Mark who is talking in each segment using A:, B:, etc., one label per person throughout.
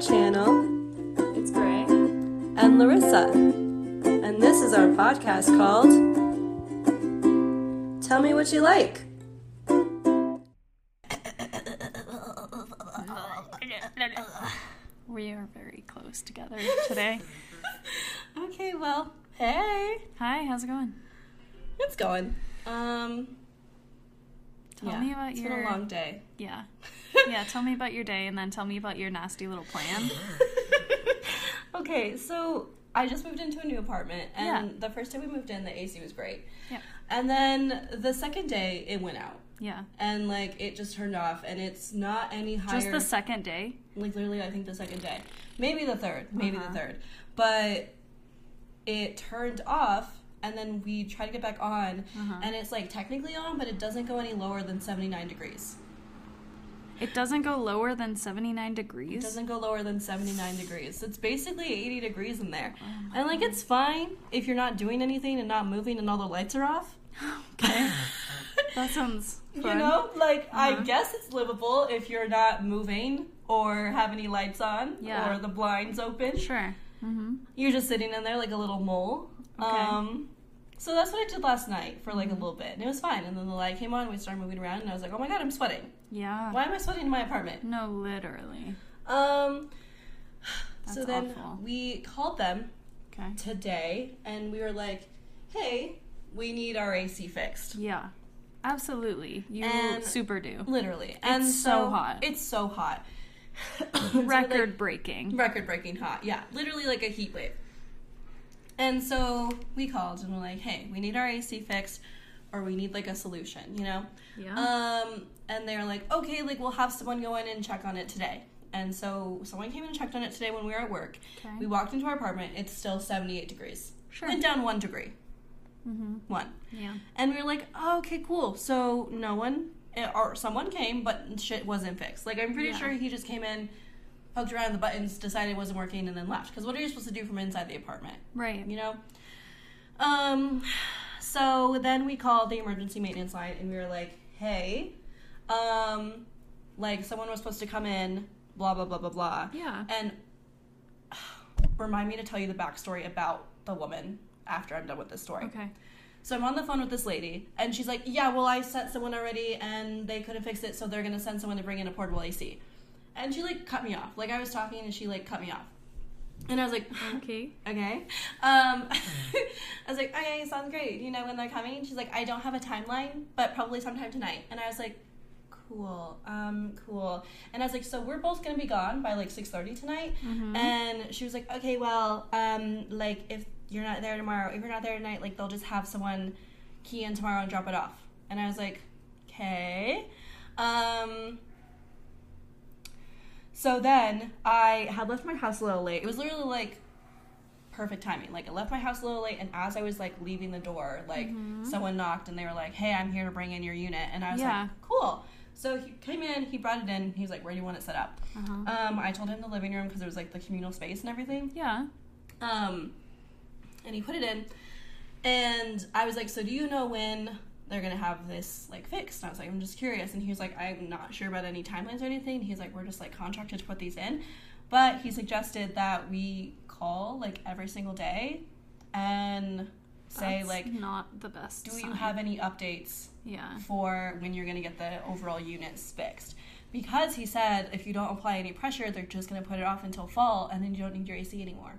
A: channel,
B: It's Gray.
A: and Larissa. And this is our podcast called Tell Me What You Like.
B: We are very close together today.
A: Okay, well, hey.
B: Hi, how's it going?
A: It's going. Um,
B: Tell
A: yeah,
B: me about
A: it's
B: your
A: been a long day.
B: yeah, yeah. Tell me about your day, and then tell me about your nasty little plan.
A: okay, so I just moved into a new apartment, and the first day we moved in, the AC was great.
B: Yeah.
A: And then the second day, it went out.
B: Yeah,
A: And like it just turned off, and it's not any higher.
B: just the second day.
A: like literally I think the second day, maybe the third, maybe
B: Uh-huh.
A: the third, but it turned off, and then we tried to get back on,
B: Uh-huh.
A: and it's like technically on, but it doesn't go any lower than seventy nine degrees.
B: It doesn't go lower than seventy nine
A: It
B: degrees.
A: doesn't go lower than seventy nine degrees. It's basically eighty degrees in there,
B: Uh-huh.
A: and like it's fine if you're not doing anything and not moving and all the lights are off.
B: Okay, that sounds. Fun.
A: You know, like I
B: Uh-huh.
A: guess it's livable if you're not moving or have any lights on
B: Yeah.
A: or the blinds open.
B: Sure. Mm-hmm.
A: You're just sitting in there like a little mole.
B: Okay. Mm-hmm.
A: Um so that's what I did last night for like a little bit, and it was fine. And then the light came on, we started moving around, and I was like, "Oh my god, I'm sweating!
B: Yeah.
A: Why am I sweating in my apartment?"
B: No, literally.
A: Um. so
B: That's
A: then
B: awful.
A: we called them
B: Okay.
A: today, and we were like, "Hey, we need our AC fixed."
B: Yeah. Absolutely. You
A: And-
B: super do.
A: Literally, and
B: It's so hot.
A: It's so hot. So, like,
B: Record breaking.
A: record breaking hot. Yeah, literally like a heat wave. And so we called and we're like, hey, we need our AC fixed or we need like a solution, you know?
B: Yeah.
A: Um, and they're like, okay, like we'll have someone go in and check on it today. And so someone came in and checked on it today when we were at work.
B: okay.
A: We walked into our apartment, it's still 78 degrees.
B: sure.
A: Went down one degree,
B: Mm-hmm.
A: one.
B: Yeah.
A: And we were like, oh, okay, cool. So no one eh, or someone came, but shit wasn't fixed. Like I'm pretty
B: Yeah.
A: sure he just came in, poked around the buttons, decided it wasn't working, and then left. Because what are you supposed to do from inside the apartment?
B: Right.
A: You know. Um. So then we called the emergency maintenance line, and we were like, hey, um, like someone was supposed to come in, blah blah blah blah blah,
B: Yeah.
A: and remind me to tell you the backstory about the woman after I'm done with this story.
B: Okay.
A: So I'm on the phone with this lady, and she's like, "Yeah, well, I sent someone already, and they couldn't fix it, so they're gonna send someone to bring in a portable AC." And she like cut me off. Like I was talking, and she like cut me off, and I was like,
B: Okay.
A: "Okay." Um, I was like, "Okay, sounds great. You know when they're coming?" And she's like, "I don't have a timeline, but probably sometime tonight." And I was like, "Cool, um, cool." And I was like, "So we're both gonna be gone by like 6:30 tonight."
B: Mm-hmm.
A: And she was like, okay, well, um, like if you're not there tomorrow, if you're not there tonight, like they'll just have someone key in tomorrow and drop it off. And I was like, okay. Um, so then I had left my house a little late. It was literally like perfect timing. Like I left my house a little late, and as I was like leaving the door, like someone knocked and they were like, hey, I'm here to bring in your unit. And I was
B: Yeah.
A: like, cool. So he came in, he brought it in. He was like, where do you want it set up?
B: uh-huh.
A: Um, I told him the living room because there was like the communal space and everything.
B: Yeah.
A: Um, and he put it in, and I was like, "So do you know when they're gonna have this like fixed?" And I was like, "I'm just curious." And he was like, "I'm not sure about any timelines or anything." He's like, "We're just like contracted to put these in," but he suggested that we call like every single day and say
B: That's
A: like,
B: not the best.
A: "Do you
B: sign.
A: have any updates
B: Yeah.
A: for when you're going to get the overall units fixed. Because he said if you don't apply any pressure, they're just going to put it off until fall and then you don't need your AC anymore.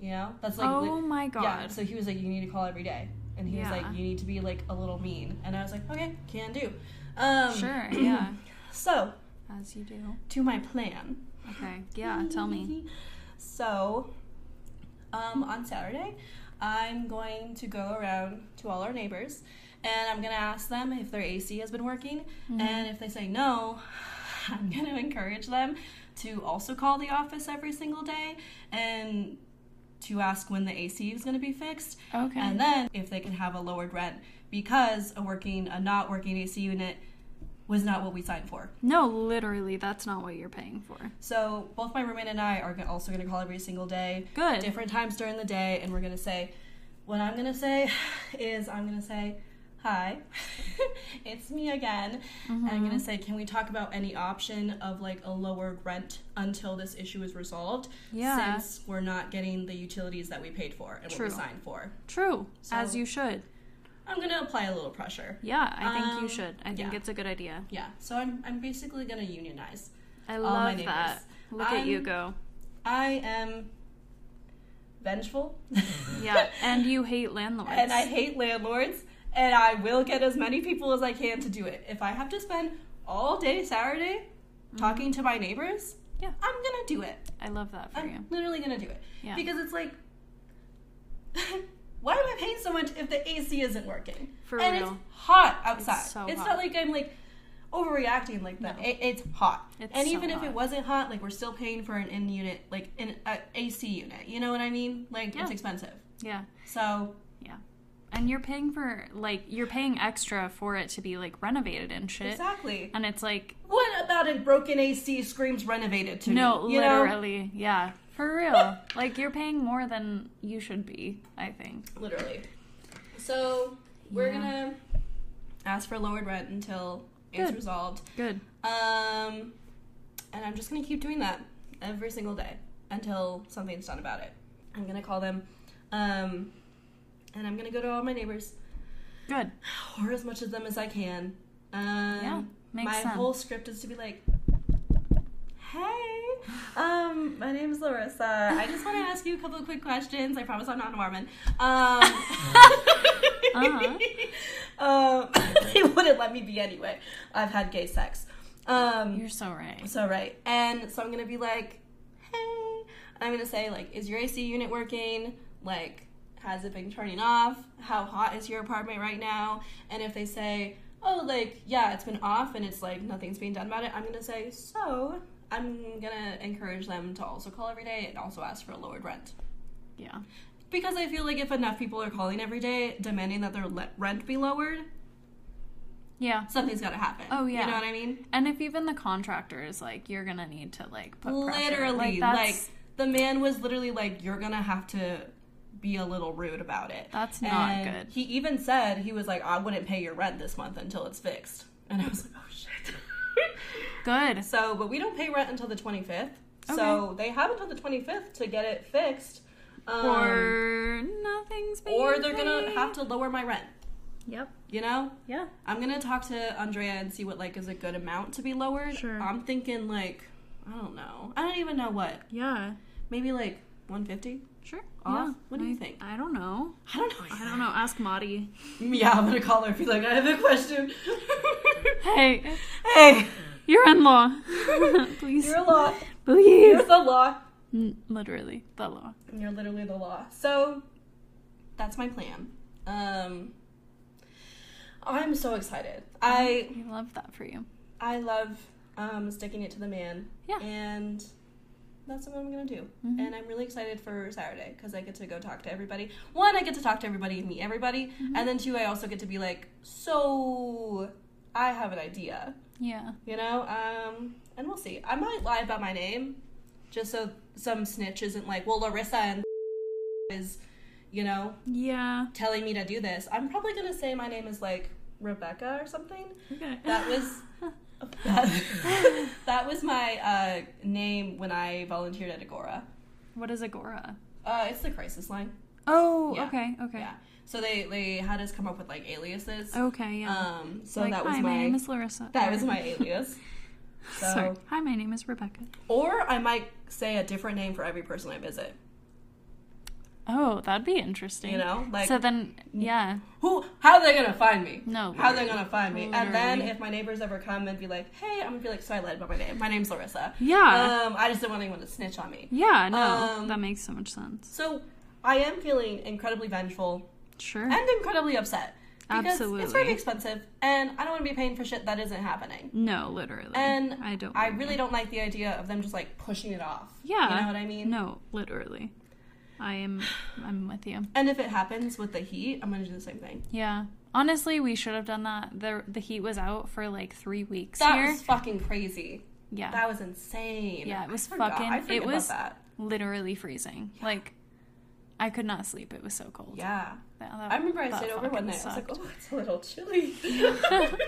A: You know? That's like.
B: oh my god.
A: Yeah. So he was like, you need to call every day. And he was
B: Yeah.
A: like, you need to be like a little mean. And I was like, okay, can do. Um,
B: sure. Yeah.
A: So,
B: As you do.
A: to my plan.
B: Okay. Yeah. Tell me.
A: So, um, on Saturday, I'm going to go around to all our neighbors and I'm going to ask them if their AC has been working.
B: Mm-hmm.
A: And if they say no, I'm going to encourage them to also call the office every single day and to ask when the AC is going to be fixed.
B: Okay.
A: And then if they can have a lowered rent because a working, a not working AC unit was not what we signed for.
B: no, literally, that's not what you're paying for.
A: So both my roommate and I are go- also going to call every single day,
B: Good.
A: different times during the day, and we're going to say, what I'm going to say is I'm going to say, hi, it's me again. And
B: Mm-hmm.
A: I'm going to say, can we talk about any option of like a lower rent until this issue is resolved?
B: Yeah.
A: Since we're not getting the utilities that we paid for and
B: True.
A: what we signed for.
B: True, as
A: So-
B: you should.
A: I'm going to apply a little pressure.
B: Yeah, I think you
A: Um,
B: should. I think
A: yeah.
B: it's a good idea.
A: Yeah, so I'm, I'm basically going to unionize.
B: I
A: All my
B: love
A: neighbors.
B: that. Look at you
A: I'm-
B: go.
A: I am vengeful.
B: Yeah, and you hate landlords.
A: and I hate landlords, and I will get as many people as I can to do it. If I have to spend all day Saturday talking to my neighbors,
B: Mm-hmm. Yeah.
A: I'm gonna do it.
B: I love that for
A: I'm
B: you.
A: literally gonna do it
B: Yeah.
A: because it's like, why am I paying so much if the AC isn't working?
B: For
A: and
B: real.
A: it's hot outside. It's,
B: so hot.
A: not like I'm like overreacting like that.
B: No.
A: It, it's hot.
B: It's
A: and
B: so
A: even if
B: hot.
A: it wasn't hot, like we're still paying for an in unit, like an uh, AC unit. You know what I mean? Like
B: Yeah.
A: it's expensive.
B: Yeah,
A: So
B: yeah. And you're paying for like you're paying extra for it to be like renovated and shit.
A: exactly.
B: And it's like
A: What about a broken AC screams renovated to
B: no,
A: me? you know?
B: literally, yeah, for real. like you're paying more than you should be. I think.
A: Literally. So we're
B: Yeah.
A: gonna ask for lowered rent until it's
B: Good.
A: resolved.
B: Good.
A: Um, and I'm just gonna keep doing that every single day until something's done about it. I'm gonna call them, um, and I'm gonna go to all my neighbors
B: Good.
A: or as much of them as I can. Um,
B: Yeah, makes
A: my
B: sense.
A: whole script is to be like, "Hey, um, my name is Larissa. I just want to ask you a couple of quick questions. I promise I'm not a Mormon." Um,
B: Uh-huh.
A: um, they wouldn't let me be anyway. I've had gay sex. Um,
B: You're so right.
A: so right, and so I'm gonna be like, "Hey," I'm gonna say like, "Is your AC unit working? Like, has it been turning off? How hot is your apartment right now?" And if they say, "Oh, like, yeah, it's been off, and it's like nothing's being done about it," I'm gonna say, "So." I'm gonna encourage them to also call every day and also ask for a lowered rent.
B: Yeah.
A: Because I feel like if enough people are calling every day demanding that their le- rent be lowered,
B: Yeah.
A: something's gotta happen.
B: Oh, yeah.
A: You know what I mean?
B: And if even the contractor is like, you're gonna need to like put pressure.
A: literally like,
B: that's-
A: the man was literally like you're gonna have to be a little rude about it
B: That's not
A: And
B: good.
A: he even said he was like i wouldn't pay your rent this month until it's fixed and i was like oh shit
B: good.
A: so but we don't pay rent until the 25th so they have until the 25th to get it fixed um,
B: or nothing's being
A: or they're gonna
B: paid.
A: have to lower my rent
B: Yep.
A: you know
B: Yeah.
A: i'm gonna talk to andrea and see what like is a good amount to be lowered
B: Sure.
A: i'm thinking like i don't know i don't even know what
B: Yeah.
A: maybe like 150
B: Sure.
A: Off? What do you think?
B: I don't know.
A: i don't know
B: I don't know. Ask Maddie.
A: Yeah, I'm gonna call her and be like, I have a question.
B: Hey,
A: hey,
B: you're in law. Please.
A: you're a law.
B: Please.
A: You're the law.
B: N- Literally, the law.
A: You're literally the law. So that's my plan. Um, I'm so excited. I
B: We love that for you.
A: I love um, sticking it to the man.
B: Yeah.
A: And that's what I'm gonna do.
B: Mhm.
A: And I'm really excited for Saturday because I get to go talk to everybody. One, I get to talk to everybody and meet everybody, and then two, I also get to be like, so I have an idea.
B: Yeah.
A: you know um and we'll see i might lie about my name just so some snitch isn't like well larissa and is you know
B: Yeah.
A: telling me to do this i'm probably gonna say my name is like rebecca or something
B: Okay.
A: that was that, that was my uh name when i volunteered at agora
B: What is Agora?
A: uh it's the crisis line
B: Oh,
A: Yeah.
B: okay, okay.
A: yeah so they they had us come up with like aliases
B: Okay, yeah.
A: um so
B: Like,
A: that was
B: hi,
A: my,
B: my name is Larissa.
A: that was my alias so
B: Sorry. Hi, my name is Rebecca.
A: Or I might say a different name for every person I visit.
B: Oh, that'd be interesting.
A: You know, like
B: so then, yeah.
A: who? How are they gonna find me?
B: No,
A: How are they gonna find me? And then
B: literally.
A: if my neighbors ever come and be like, "Hey," I'm gonna be like, "So I lied about my name. My name's Larissa.
B: Yeah.
A: Um, I just didn't want anyone to snitch on me."
B: yeah, no.
A: um,
B: that makes so much sense.
A: So I am feeling incredibly vengeful
B: Sure.
A: and incredibly upset because it's
B: Mm. Absolutely.
A: very expensive, and I don't want to be paying for shit that isn't happening.
B: no, literally.
A: And
B: I don't.
A: I
B: blame
A: really
B: you.
A: don't like the idea of them just like pushing it off.
B: Yeah.
A: You know what I mean?
B: No, literally. I am. I'm with you.
A: And if it happens with the heat, I'm gonna do the same thing.
B: Yeah. Honestly, we should have done that. the The heat was out for like three weeks
A: That
B: here.
A: was fucking crazy.
B: yeah.
A: That was insane.
B: Yeah, it was
A: I forgot-
B: fucking-
A: I forget
B: it was-
A: about that.
B: literally freezing. Like, I could not sleep. It was so cold.
A: Yeah,
B: that,
A: I remember I
B: that
A: stayed over one
B: fucking
A: night. I was like,
B: sucked.
A: oh, it's a little chilly.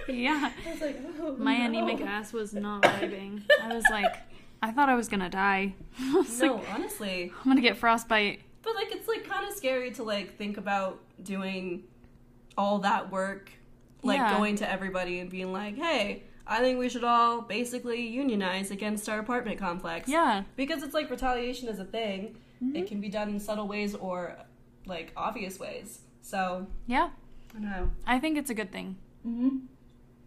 B: yeah.
A: I was like, oh,
B: My
A: no.
B: anemic ass was not vibing. I was like, I thought I was gonna die. I was
A: no,
B: like,
A: honestly.
B: I'm gonna get frostbite.
A: But like it's like kind of scary to like think about doing all that work, like
B: Yeah.
A: going to everybody and being like, "Hey, I think we should all basically unionize against our apartment complex."
B: Yeah. Mm-hmm.
A: Because it's like retaliation is a thing. It can be done in subtle ways or like obvious ways. So,
B: Yeah.
A: I don't know.
B: I think it's a good thing.
A: Mm-hmm.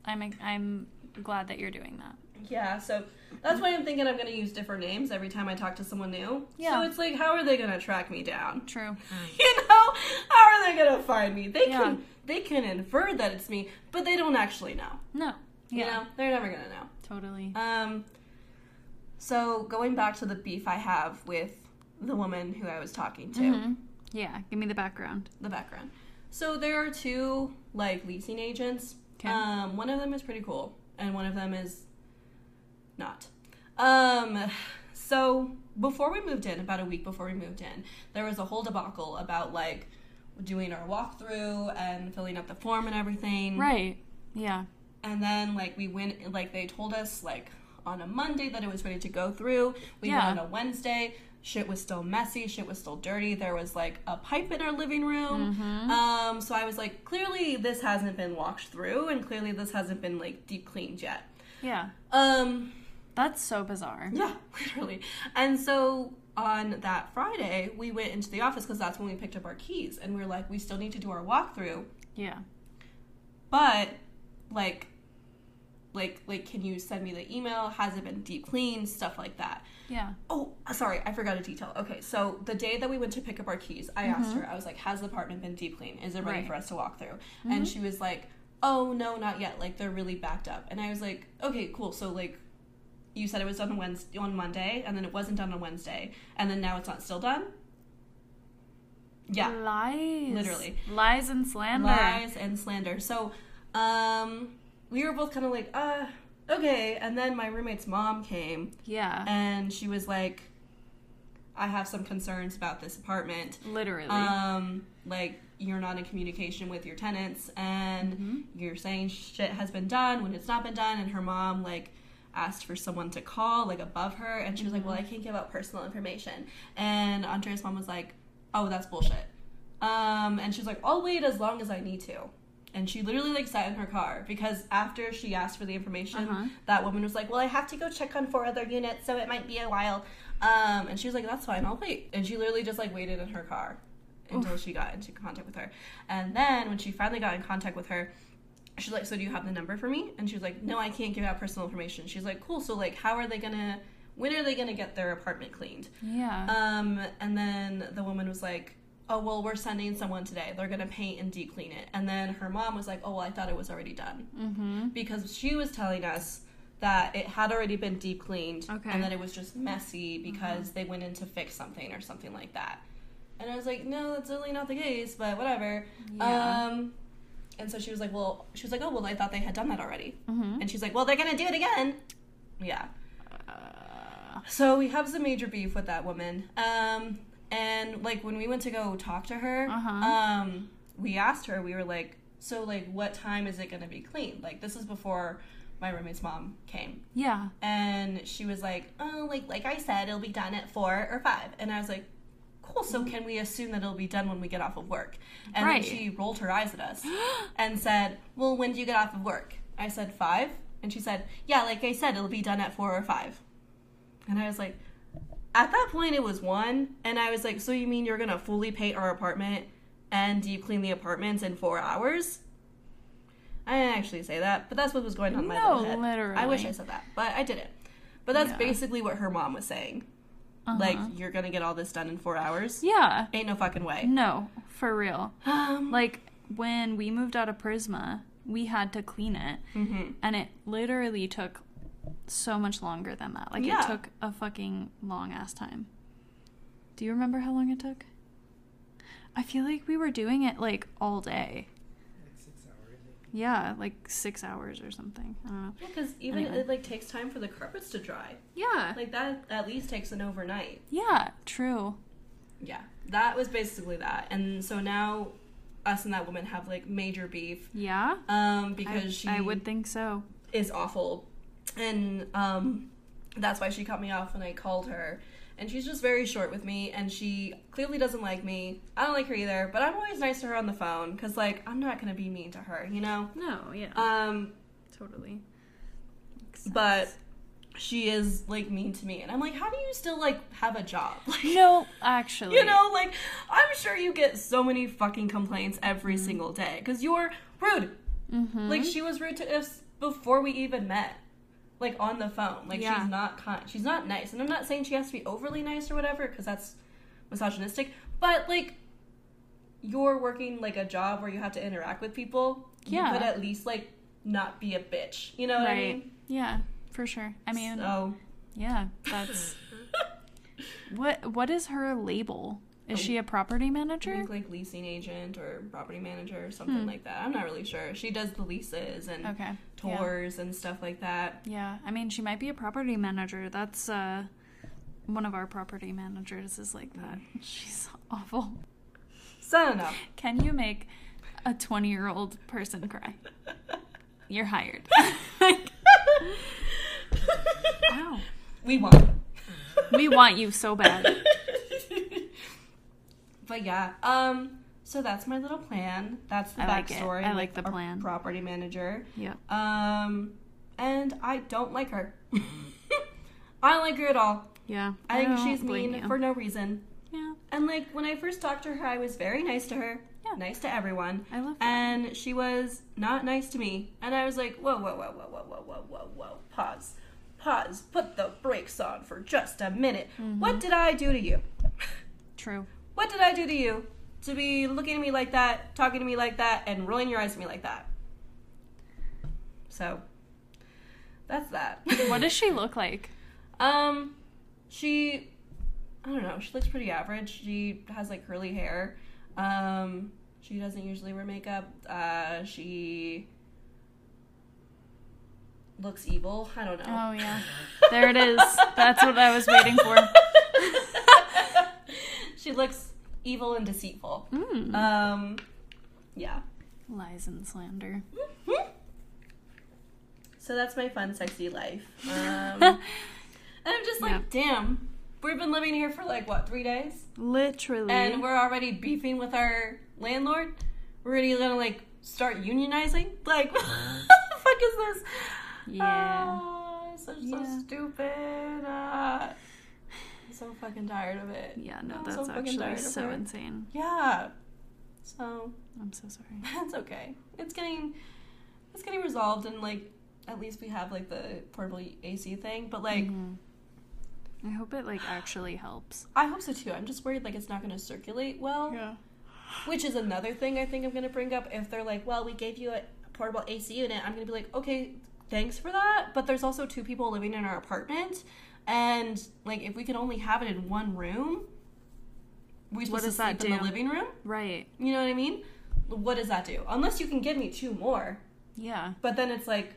B: I'm I'm glad that you're doing that.
A: Yeah, so that's why I'm thinking I'm going to use different names every time I talk to someone new.
B: Yeah.
A: So it's like, how are they going to track me down?
B: True.
A: you know how are they gonna find me they
B: Yeah.
A: can they can infer that it's me but they don't actually know
B: No. Yeah.
A: you know they're never gonna know
B: Totally.
A: um so going back to the beef i have with the woman who i was talking to
B: Mhm. Yeah. Give me the background.
A: the background so there are two like leasing agents
B: 'Kay.
A: um one of them is pretty cool and one of them is not um so before we moved in about a week before we moved in there was a whole debacle about like doing our walkthrough and filling out the form and everything
B: Right. Yeah.
A: and then like we went like they told us like on a monday that it was ready to go through we
B: Yeah.
A: went on a wednesday shit was still messy shit was still dirty there was like a pipe in our living room um so i was like clearly this hasn't been washed through and clearly this hasn't been like deep cleaned yet
B: Yeah.
A: um
B: That's so bizarre.
A: yeah, literally. And so on that Friday, we went into the office because that's when we picked up our keys, and we were like, we still need to do our walkthrough,
B: Yeah.
A: but like, like, like, can you send me the email? Has it been deep cleaned? Stuff like that.
B: Yeah.
A: Oh, sorry, I forgot a detail. Okay, so the day that we went to pick up our keys, I asked her, I was like, has the apartment been deep cleaned? Is it ready
B: Right.
A: for us to walk through? And she was like, oh, no, not yet. Like, they're really backed up. And I was like, okay, cool. So, like, you said it was done on Wednesday, on Monday, and then it wasn't done on Wednesday, and then now it's not still done? Yeah.
B: Lies.
A: Literally.
B: Lies and slander.
A: Lies and slander. So, um, we were both kind of like, uh, okay. And then my roommate's mom came,
B: Yeah.
A: and she was like, I have some concerns about this apartment.
B: Literally.
A: Um, like you're not in communication with your tenants, and you're saying shit has been done when it's not been done. And her mom like asked for someone to call like above her, and she was like, "Well, I can't give out personal information." And Andrea's mom was like, "Oh, that's bullshit." Um, and she's like, "I'll wait as long as I need to." And she literally like sat in her car because after she asked for the information,
B: Uh-huh.
A: that woman was like, "Well, I have to go check on four other units, so it might be a while." Um, and she was like, "That's fine, I'll wait." And she literally just like waited in her car until she got into contact with her. And then when she finally got in contact with her, she's like, "So do you have the number for me?" And she was like, "No, I can't give out personal information." She's like, "Cool. So like, how are they gonna? When are they gonna get their apartment cleaned?"
B: yeah.
A: Um, and then the woman was like, "Oh well, we're sending someone today. They're gonna paint and deep clean it." And then her mom was like, "Oh well, I thought it was already done
B: mm-hmm.
A: because she was telling us that it had already been deep cleaned
B: Okay. Uh-huh.
A: and that it was just messy because they went in to fix something or something like that. And I was like, no, that's really not the case, but whatever.
B: Yeah.
A: Um, and so she was like, well, she was like, oh, well, I thought they had done that already.
B: Mm-hmm.
A: And she's like, well, they're going to do it again. Yeah.
B: Uh,
A: So we have some major beef with that woman. Um, and like when we went to go talk to her,
B: Uh-huh.
A: um, we asked her, we were like, so like what time is it gonna be cleaned? Like this is before my roommate's mom came.
B: yeah.
A: And she was like, Oh, like like I said, it'll be done at four or five and I was like, Cool, so can we assume that it'll be done when we get off of work? And
B: Right.
A: then she rolled her eyes at us and said, Well, when do you get off of work? I said five and she said, Yeah, like I said, it'll be done at four or five. And I was like, at that point, it was one. And I was like, so you mean you're going to fully paint our apartment and deep clean the apartments in four hours? I didn't actually say that, but that's what was going on in my
B: No,
A: little head. I wish I
B: literally.
A: said that, but I didn't. But that's
B: Yeah.
A: basically what her mom was saying.
B: Uh-huh.
A: Like, you're going to get all this done in four hours?
B: Yeah.
A: Ain't no fucking way.
B: No, for real.
A: Um,
B: Like when we moved out of Prisma, we had to clean it,
A: mhm.
B: and it literally took so much longer than that. Like
A: Yeah.
B: it took a fucking long ass time. Do you remember how long it took? I feel like we were doing it like all day.
C: Like six hours. I think.
B: Yeah, like six hours or something. I don't know.
A: Yeah, because even
B: Anyway.
A: it like takes time for the carpets to dry.
B: Yeah.
A: Like that at least takes an overnight.
B: yeah. True.
A: Yeah, that was basically that. And so now us and that woman have like major beef
B: Yeah.
A: um
B: I-
A: because she
B: I would think so.
A: is awful and um that's why she cut me off when I called her and she's just very short with me and she clearly doesn't like me. I don't like her either, but I'm always nice to her on the phone cuz like I'm not going to be mean to her, you know?
B: No, yeah,
A: Um
B: totally. Makes
A: but
B: sense.
A: she is like mean to me and I'm like how do you still like have a job? Like
B: no, actually,
A: you know, like I'm sure you get so many fucking complaints every
B: Mm-hmm.
A: single day cuz you're rude.
B: Mhm.
A: Like she was rude to us before we even met. Like on the phone. Like
B: Yeah.
A: she's not kind. She's not nice. And I'm not saying she has to be overly nice or whatever cuz that's misogynistic, but like you're working like a job where you have to interact with people.
B: Yeah.
A: You could at least like not be a bitch. You know what I
B: right?
A: mean?
B: Yeah, for sure. I mean,
A: so
B: yeah, that's what. What is her label?
A: Oh.
B: Is she a property
A: I
B: manager?
A: think like leasing agent or property manager or something
B: Hmm.
A: like that. I'm not really sure. She does the leases and
B: Okay. yeah.
A: tours and stuff like that.
B: Yeah, I mean, she might be a property manager. That's uh, one of our property managers is like that. She's awful.
A: So I don't know.
B: Can you make a 20 year old person cry? You're hired. wow.
A: We won.
B: We want you so bad.
A: But yeah, um, so that's my little plan. That's the
B: I like it.
A: backstory.
B: I
A: with
B: like the
A: our
B: plan.
A: Property manager.
B: Yep.
A: Um, and I don't like her. I don't like her at all.
B: Yeah.
A: I, think
B: don't
A: she's
B: blame
A: mean
B: you.
A: for no reason.
B: Yeah.
A: And like when I first talked to her, I was very nice to her.
B: Yeah.
A: Nice to everyone.
B: I love that.
A: And she was not nice to me. And I was like, whoa, whoa, whoa, whoa, whoa, whoa, whoa, whoa, whoa. Pause. Pause. Put the brakes on for just a minute.
B: Mm-hmm.
A: What did I do to you?
B: True.
A: What did I do to you to be looking at me like that, talking to me like that, and rolling your eyes at me like that? So that's that.
B: What does she look like?
A: Um, she, I don't know. She looks pretty average. She has like curly hair. Um, she doesn't usually wear makeup. Uh, she looks evil. I don't know.
B: Oh, yeah. There it is. That's what I was waiting for.
A: she looks evil and deceitful.
B: Mm.
A: Um, yeah.
B: Lies and slander.
A: So that's my fun, sexy life. Um, and I'm just like, damn, we've been living here for like what three days.
B: Literally.
A: and we're already beefing with our landlord. We're already gonna like start unionizing. Like, what the fuck is this?
B: yeah.
A: Ah, so
B: Yeah.
A: so stupid. Ah, I'm so fucking tired of it.
B: Yeah, no,
A: I'm so
B: that's
A: fucking
B: actually
A: tired of
B: so
A: her.
B: insane.
A: Yeah. So
B: I'm so sorry.
A: that's okay. It's getting it's getting resolved, and like at least we have like the portable AC thing. But like,
B: Mhm. Mm-hmm. I hope it like actually helps.
A: I hope so too. I'm just worried like it's not gonna circulate well.
B: Yeah.
A: Which is another thing I think I'm gonna bring up. If they're like, "Well, we gave you a portable AC unit," I'm gonna be like, "Okay, thanks for that." But there's also two people living in our apartment, and like, if we could only have it in one room, we
B: What
A: supposed to
B: does that
A: sleep in the
B: do?
A: living room.
B: Right.
A: You know what I mean? What does that do? Unless you can give me two more,
B: Yeah.
A: but then it's like,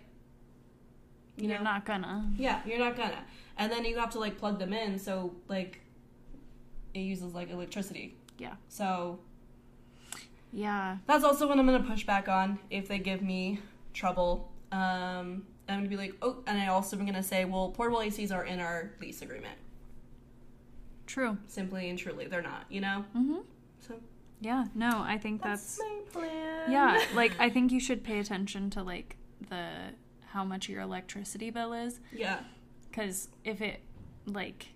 A: you
B: You are
A: know,
B: not gonna.
A: yeah, you're not gonna. And then you have to like plug them in, so like, it uses like electricity.
B: Yeah.
A: So
B: Yeah.
A: That's also what I'm gonna push back on if they give me trouble. Um, I'm gonna be like, oh, and I also am gonna say, well, portable ACs are in our lease agreement.
B: True.
A: Simply and truly, they're not. You know.
B: Mhm.
A: So
B: Yeah. No, I think
A: that's,
B: that's,
A: my plan.
B: yeah. Like I think you should pay attention to like the how much your electricity bill is,
A: yeah.
B: because if it like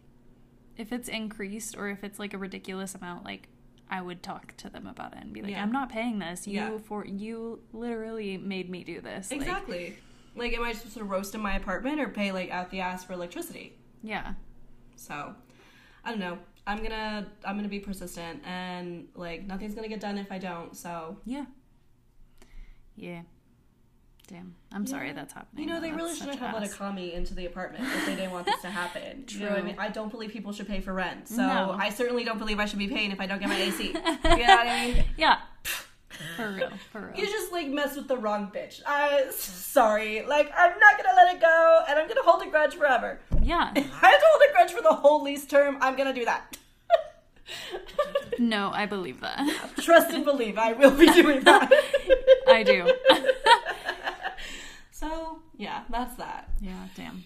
B: if it's increased or if it's like a ridiculous amount, like I would talk to them about it and be like,
A: Yeah.
B: I'm not paying this. You
A: Yeah.
B: for you literally made me do this. Like,
A: Exactly. Like, am I supposed to roast in my apartment or pay like out the ass for electricity?
B: yeah.
A: So, I don't know. I'm gonna I'm gonna be persistent and like nothing's gonna get done if I don't. So
B: Yeah. Yeah. Damn. I'm sorry
A: Yeah.
B: that's happening.
A: You know,
B: though.
A: they
B: That's
A: really
B: such
A: shouldn't have let a
B: ass.
A: commie into the apartment if they didn't want this to happen. You know what I
B: True.
A: mean? I don't believe people should pay for rent. So
B: No.
A: I certainly don't believe I should be paying if I don't get my AC. you know what I mean?
B: Yeah. For real. For
A: You
B: real.
A: just like mess with the wrong bitch. I s- sorry. Like I'm not gonna let it go and I'm gonna hold a grudge forever.
B: Yeah.
A: I have to hold a grudge for the whole lease term. I'm gonna do that.
B: No, I believe that.
A: Trust and believe I will be doing that.
B: I do.
A: so, yeah, that's that.
B: Yeah, damn.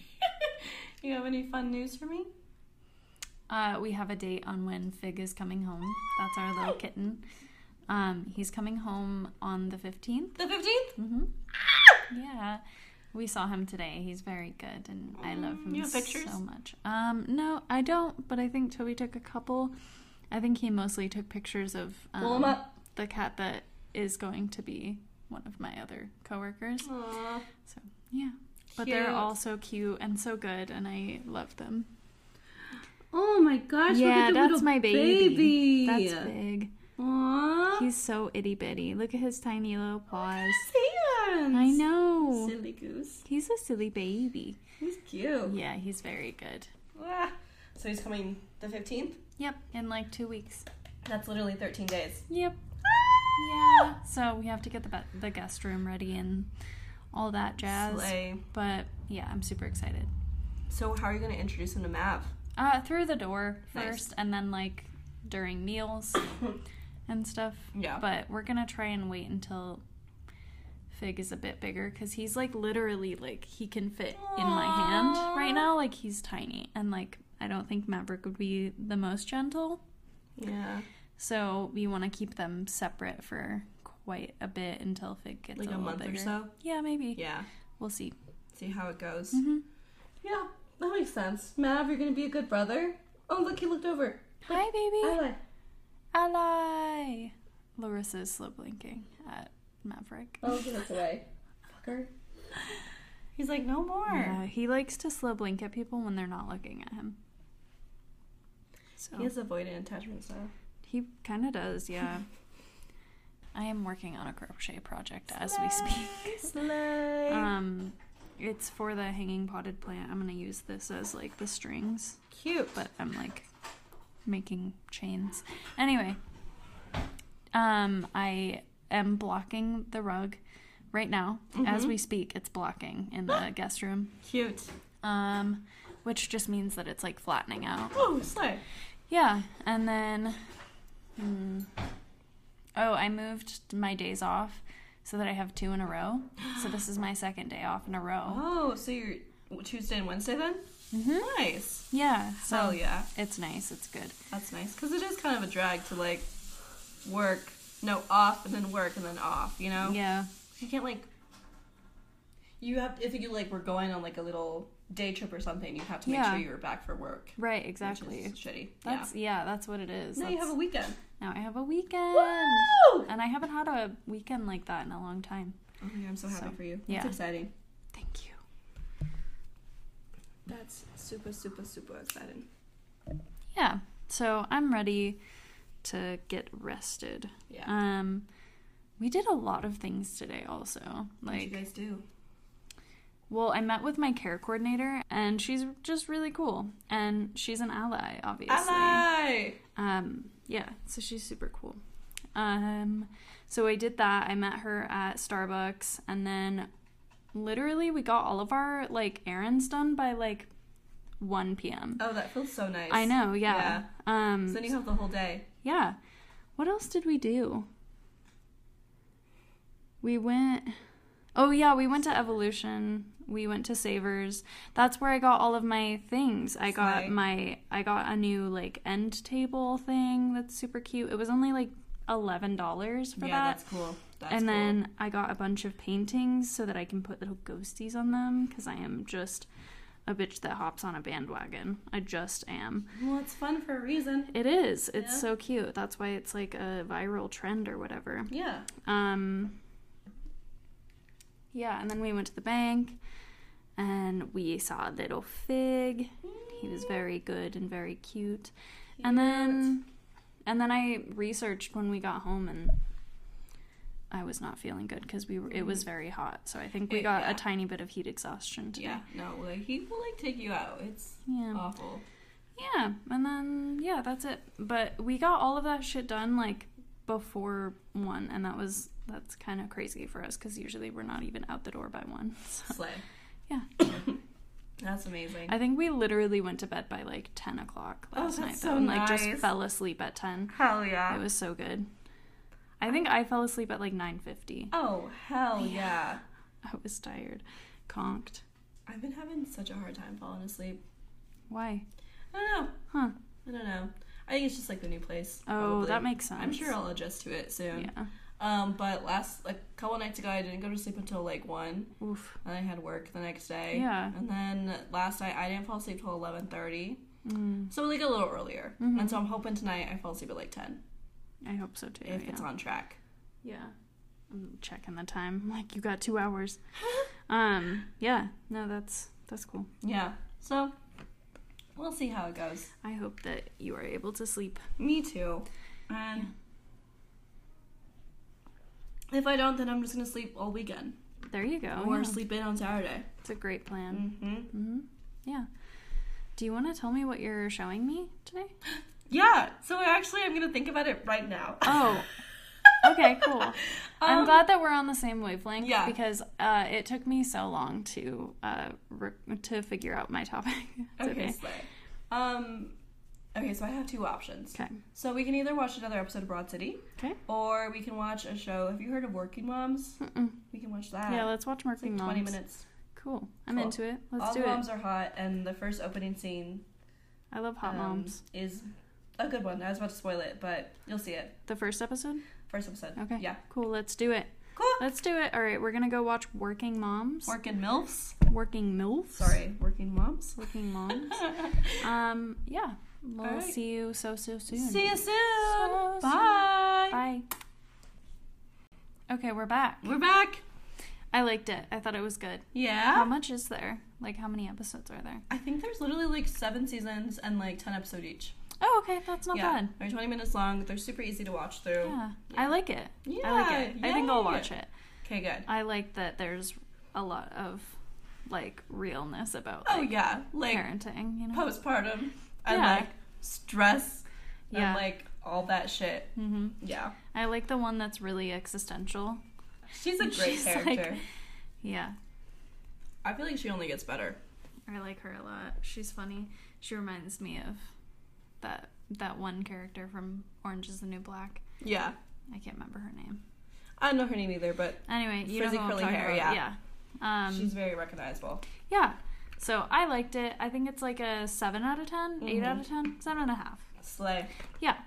A: You have any fun news for me?
B: Uh, we have a date on when Fig is coming home. That's our
A: Oh.
B: little kitten. Um, he's coming home on the 15th.
A: The 15th?
B: Mm-hmm. Yeah. We saw him today. He's very good and I love
A: Mm,
B: him
A: you have pictures?
B: so much. Um, no, I don't, but I think Toby took a couple. I think he mostly took pictures of
A: Pull him
B: um,
A: up.
B: the cat that is going to be one of my other coworkers.
A: Aww.
B: So, yeah. But they're
A: Cute.
B: all so cute and so good and I love them.
A: Oh my gosh!
B: yeah,
A: look at the
B: that's
A: little
B: my baby.
A: baby.
B: That's big.
A: Aww.
B: He's so itty bitty. Look at his tiny little paws.
A: His hands.
B: I know.
A: Oh, Silly Oh. goose.
B: He's a silly baby.
A: He's cute.
B: Yeah, he's very good.
A: Ah. So he's coming the 15th.
B: Yep, in like two weeks.
A: That's literally 13 days.
B: Yep. Yeah. So we have to get the be- the guest room ready and all that jazz.
A: Slay.
B: But yeah, I'm super excited.
A: So how are you gonna introduce him to Mav?
B: Uh, through the door
A: Nice.
B: first, and then like during meals and stuff.
A: Yeah.
B: But we're gonna try and wait until Fig is a bit bigger because he's like literally like he can fit in my hand right
A: Aw.
B: now. Like he's tiny, and like I don't think Maverick would be the most gentle.
A: Yeah.
B: So we want to keep them separate for quite a bit until Fig gets
A: Like
B: a,
A: a
B: little
A: month or
B: bigger.
A: so?
B: Yeah, maybe.
A: Yeah.
B: We'll see.
A: See how it goes.
B: Mm-hmm.
A: Yeah, that makes sense. Mav, you're gonna be a good brother. Oh look, he looked over.
B: Hi, baby.
A: Ally.
B: Ally. Larissa is slow blinking at Maverick.
A: Oh, he looked away. Fucker. He's like, no more.
B: Yeah, he likes to slow blink at people when they're not looking at him. So
A: He has avoidant attachment style.
B: he kind of does, yeah. I am working on a crochet project as we speak.
A: Slay.
B: Um, it's for the hanging potted plant. I'm gonna use this as like the strings.
A: Cute.
B: but I'm like making chains. Anyway, um, I am blocking the rug right now as we speak. It's blocking in the guest room,
A: Cute.
B: um, which just means that it's like flattening out.
A: Oh, slay.
B: Yeah, and then, hmm. oh, I moved my days off so that I have two in a row. So this is my second day off in a row.
A: Oh, so you're Tuesday and Wednesday then?
B: hmm
A: Nice.
B: Yeah, so
A: So yeah,
B: it's nice. It's good.
A: that's nice. Cause it is kind of a drag to like work, no off and then work and then off. You know.
B: Yeah.
A: You can't like. You have if you like were going on like a little day trip or something, you have to make
B: Yeah.
A: sure you were back for work.
B: Right,
A: which
B: exactly.
A: is shitty.
B: That's yeah. that's what it is.
A: yeah. Now you
B: That's-
A: have a weekend.
B: now I have a weekend.
A: Woo!
B: And I haven't had a weekend like that in a long time.
A: Oh my god, I'm so happy
B: So,
A: for you.
B: yeah.
A: That's exciting.
B: Thank you.
A: That's super, super, super exciting.
B: Yeah. So I'm ready to get rested.
A: Yeah.
B: Um we did a lot of things today also.
A: What you
B: Like
A: guys do?
B: well, I met with my care coordinator and she's just really cool. And she's an ally, obviously.
A: Ally!
B: Um, yeah, so she's super cool. Um, so I did that. I met her at Starbucks, and then literally we got all of our like errands done by like 1 p.m.
A: Oh, that feels so nice.
B: I know, yeah. Um,
A: So then you have the whole day.
B: yeah. What else did we do? We went. Oh yeah, we went to Evolution. We went to Savers. That's where I got all of my things. I got
A: Slay.
B: my I got a new like end table thing that's super cute. It was only like eleven dollars for
A: yeah,
B: that.
A: that's cool. That's
B: And
A: cool.
B: then I got a bunch of paintings so that I can put little ghosties on them because I am just a bitch that hops on a bandwagon. I just am.
A: Well, it's fun for a reason.
B: It is. It's
A: Yeah.
B: so cute. That's why it's like a viral trend or whatever.
A: Yeah.
B: Um Yeah, and then we went to the bank and we saw little fig. He was very good and very cute. And then and then I researched when we got home and I was not feeling good because we were. It was very hot, so I think
A: Mm.
B: we
A: It-
B: got
A: yeah.
B: a tiny bit of heat exhaustion today.
A: Yeah, no, like he will like take you out. It's
B: yeah.
A: awful.
B: Yeah, and then yeah, that's it. But we got all of that shit done like before one, and that was that's kind of crazy for us because usually we're not even out the door by one. So
A: Slay.
B: Yeah.
A: That's That's amazing.
B: I think we literally went to bed by like ten o'clock
A: Oh,
B: last
A: that's
B: night,
A: so
B: though, and like
A: nice.
B: just fell asleep at ten.
A: Hell yeah.
B: It was so good. I think I fell asleep at like nine fifty.
A: oh, hell yeah.
B: I was tired, conked.
A: I've been having such a hard time falling asleep.
B: Why?
A: I don't know.
B: Huh?
A: I don't know. I think it's just like the new place.
B: Oh, that makes sense.
A: I'm sure I'll adjust to it soon.
B: Yeah.
A: Um, but last like couple nights ago, I didn't go to sleep until like one,
B: Oof.
A: and I had work the next day.
B: Yeah.
A: And then last night I didn't fall asleep till eleven thirty,
B: Mm,
A: so like a little earlier.
B: Mhm.
A: And so I'm hoping tonight I fall asleep at like ten
B: Mm-hmm. I hope so too.
A: if
B: Oh, yeah.
A: it's on track.
B: Yeah. I'm checking the time. I'm Like you got two hours. um. Yeah. No, that's that's cool.
A: Yeah. So we'll see how it goes.
B: I hope that you are able to sleep.
A: Me too. And if I don't, then I'm just gonna sleep all weekend
B: There you go.
A: or
B: yeah.
A: sleep in on Saturday.
B: It's a great plan.
A: Mm-hmm.
B: hmm Yeah. Do you want to tell me what you're showing me today?
A: Yeah. So actually, I'm gonna think about it right now.
B: Oh. Okay, cool. I'm
A: Um,
B: glad that we're on the same wavelength
A: yeah.
B: because uh, it took me so long to uh, re- to figure out my topic
A: Okay.
B: today.
A: slay. Um. Okay, so I have two options.
B: Okay.
A: So we can either watch another episode of Broad City,
B: Okay.
A: or we can watch a show. Have you heard of Working Moms?
B: Mm-mm.
A: We can watch that.
B: Yeah, let's watch
A: it's like
B: Working Moms.
A: twenty minutes.
B: Cool. I'm
A: Cool.
B: into it. Let's
A: All
B: do
A: the moms
B: it.
A: are hot, and the first opening scene
B: I love Hot
A: um,
B: Moms.
A: is a good one. I was about to spoil it, but you'll see it.
B: The first episode?
A: First episode.
B: Okay.
A: Yeah.
B: Cool. Let's do it.
A: Cool.
B: Let's do it. All right, we're going to go watch Working Moms.
A: Working milfs.
B: Working MILFs.
A: Sorry, working moms.
B: Working Moms. um, yeah. We'll
A: right.
B: see you so, so soon.
A: See you soon.
B: So soon.
A: Bye.
B: Bye. Okay, we're back.
A: We're back.
B: I liked it. I thought it was good. How
A: Yeah.
B: much is there? Like, how many episodes are there?
A: I think there's literally like seven seasons and like ten episodes each.
B: Oh, okay. That's not
A: yeah.
B: bad.
A: They're 20 minutes long. They're super easy to watch through.
B: Yeah.
A: Yeah.
B: I like it.
A: Yeah,
B: I like it. I think I'll
A: yay.
B: watch it.
A: Okay, good.
B: I like that there's a lot of like realness about
A: Oh,
B: like,
A: yeah. Like
B: parenting, you know.
A: postpartum and
B: Yeah.
A: like stress
B: Yeah.
A: and like all that shit.
B: hmm
A: Yeah.
B: I like the one that's really existential.
A: She's a great
B: She's like-
A: character.
B: Yeah.
A: I feel like she only gets better.
B: I like her a lot. She's funny. She reminds me of that that one character from Orange is the New Black.
A: Yeah.
B: I can't remember her name.
A: I don't know her name either, but
B: Anyway, you
A: Frizzy
B: know who
A: curly
B: I'm talking
A: hair,
B: about. Yeah. Um,
A: she's very recognizable.
B: yeah. So I liked it. I think it's like a seven out of 10, eight
A: Mhm.
B: out of ten, seven and a half.
A: Slay.
B: Yeah,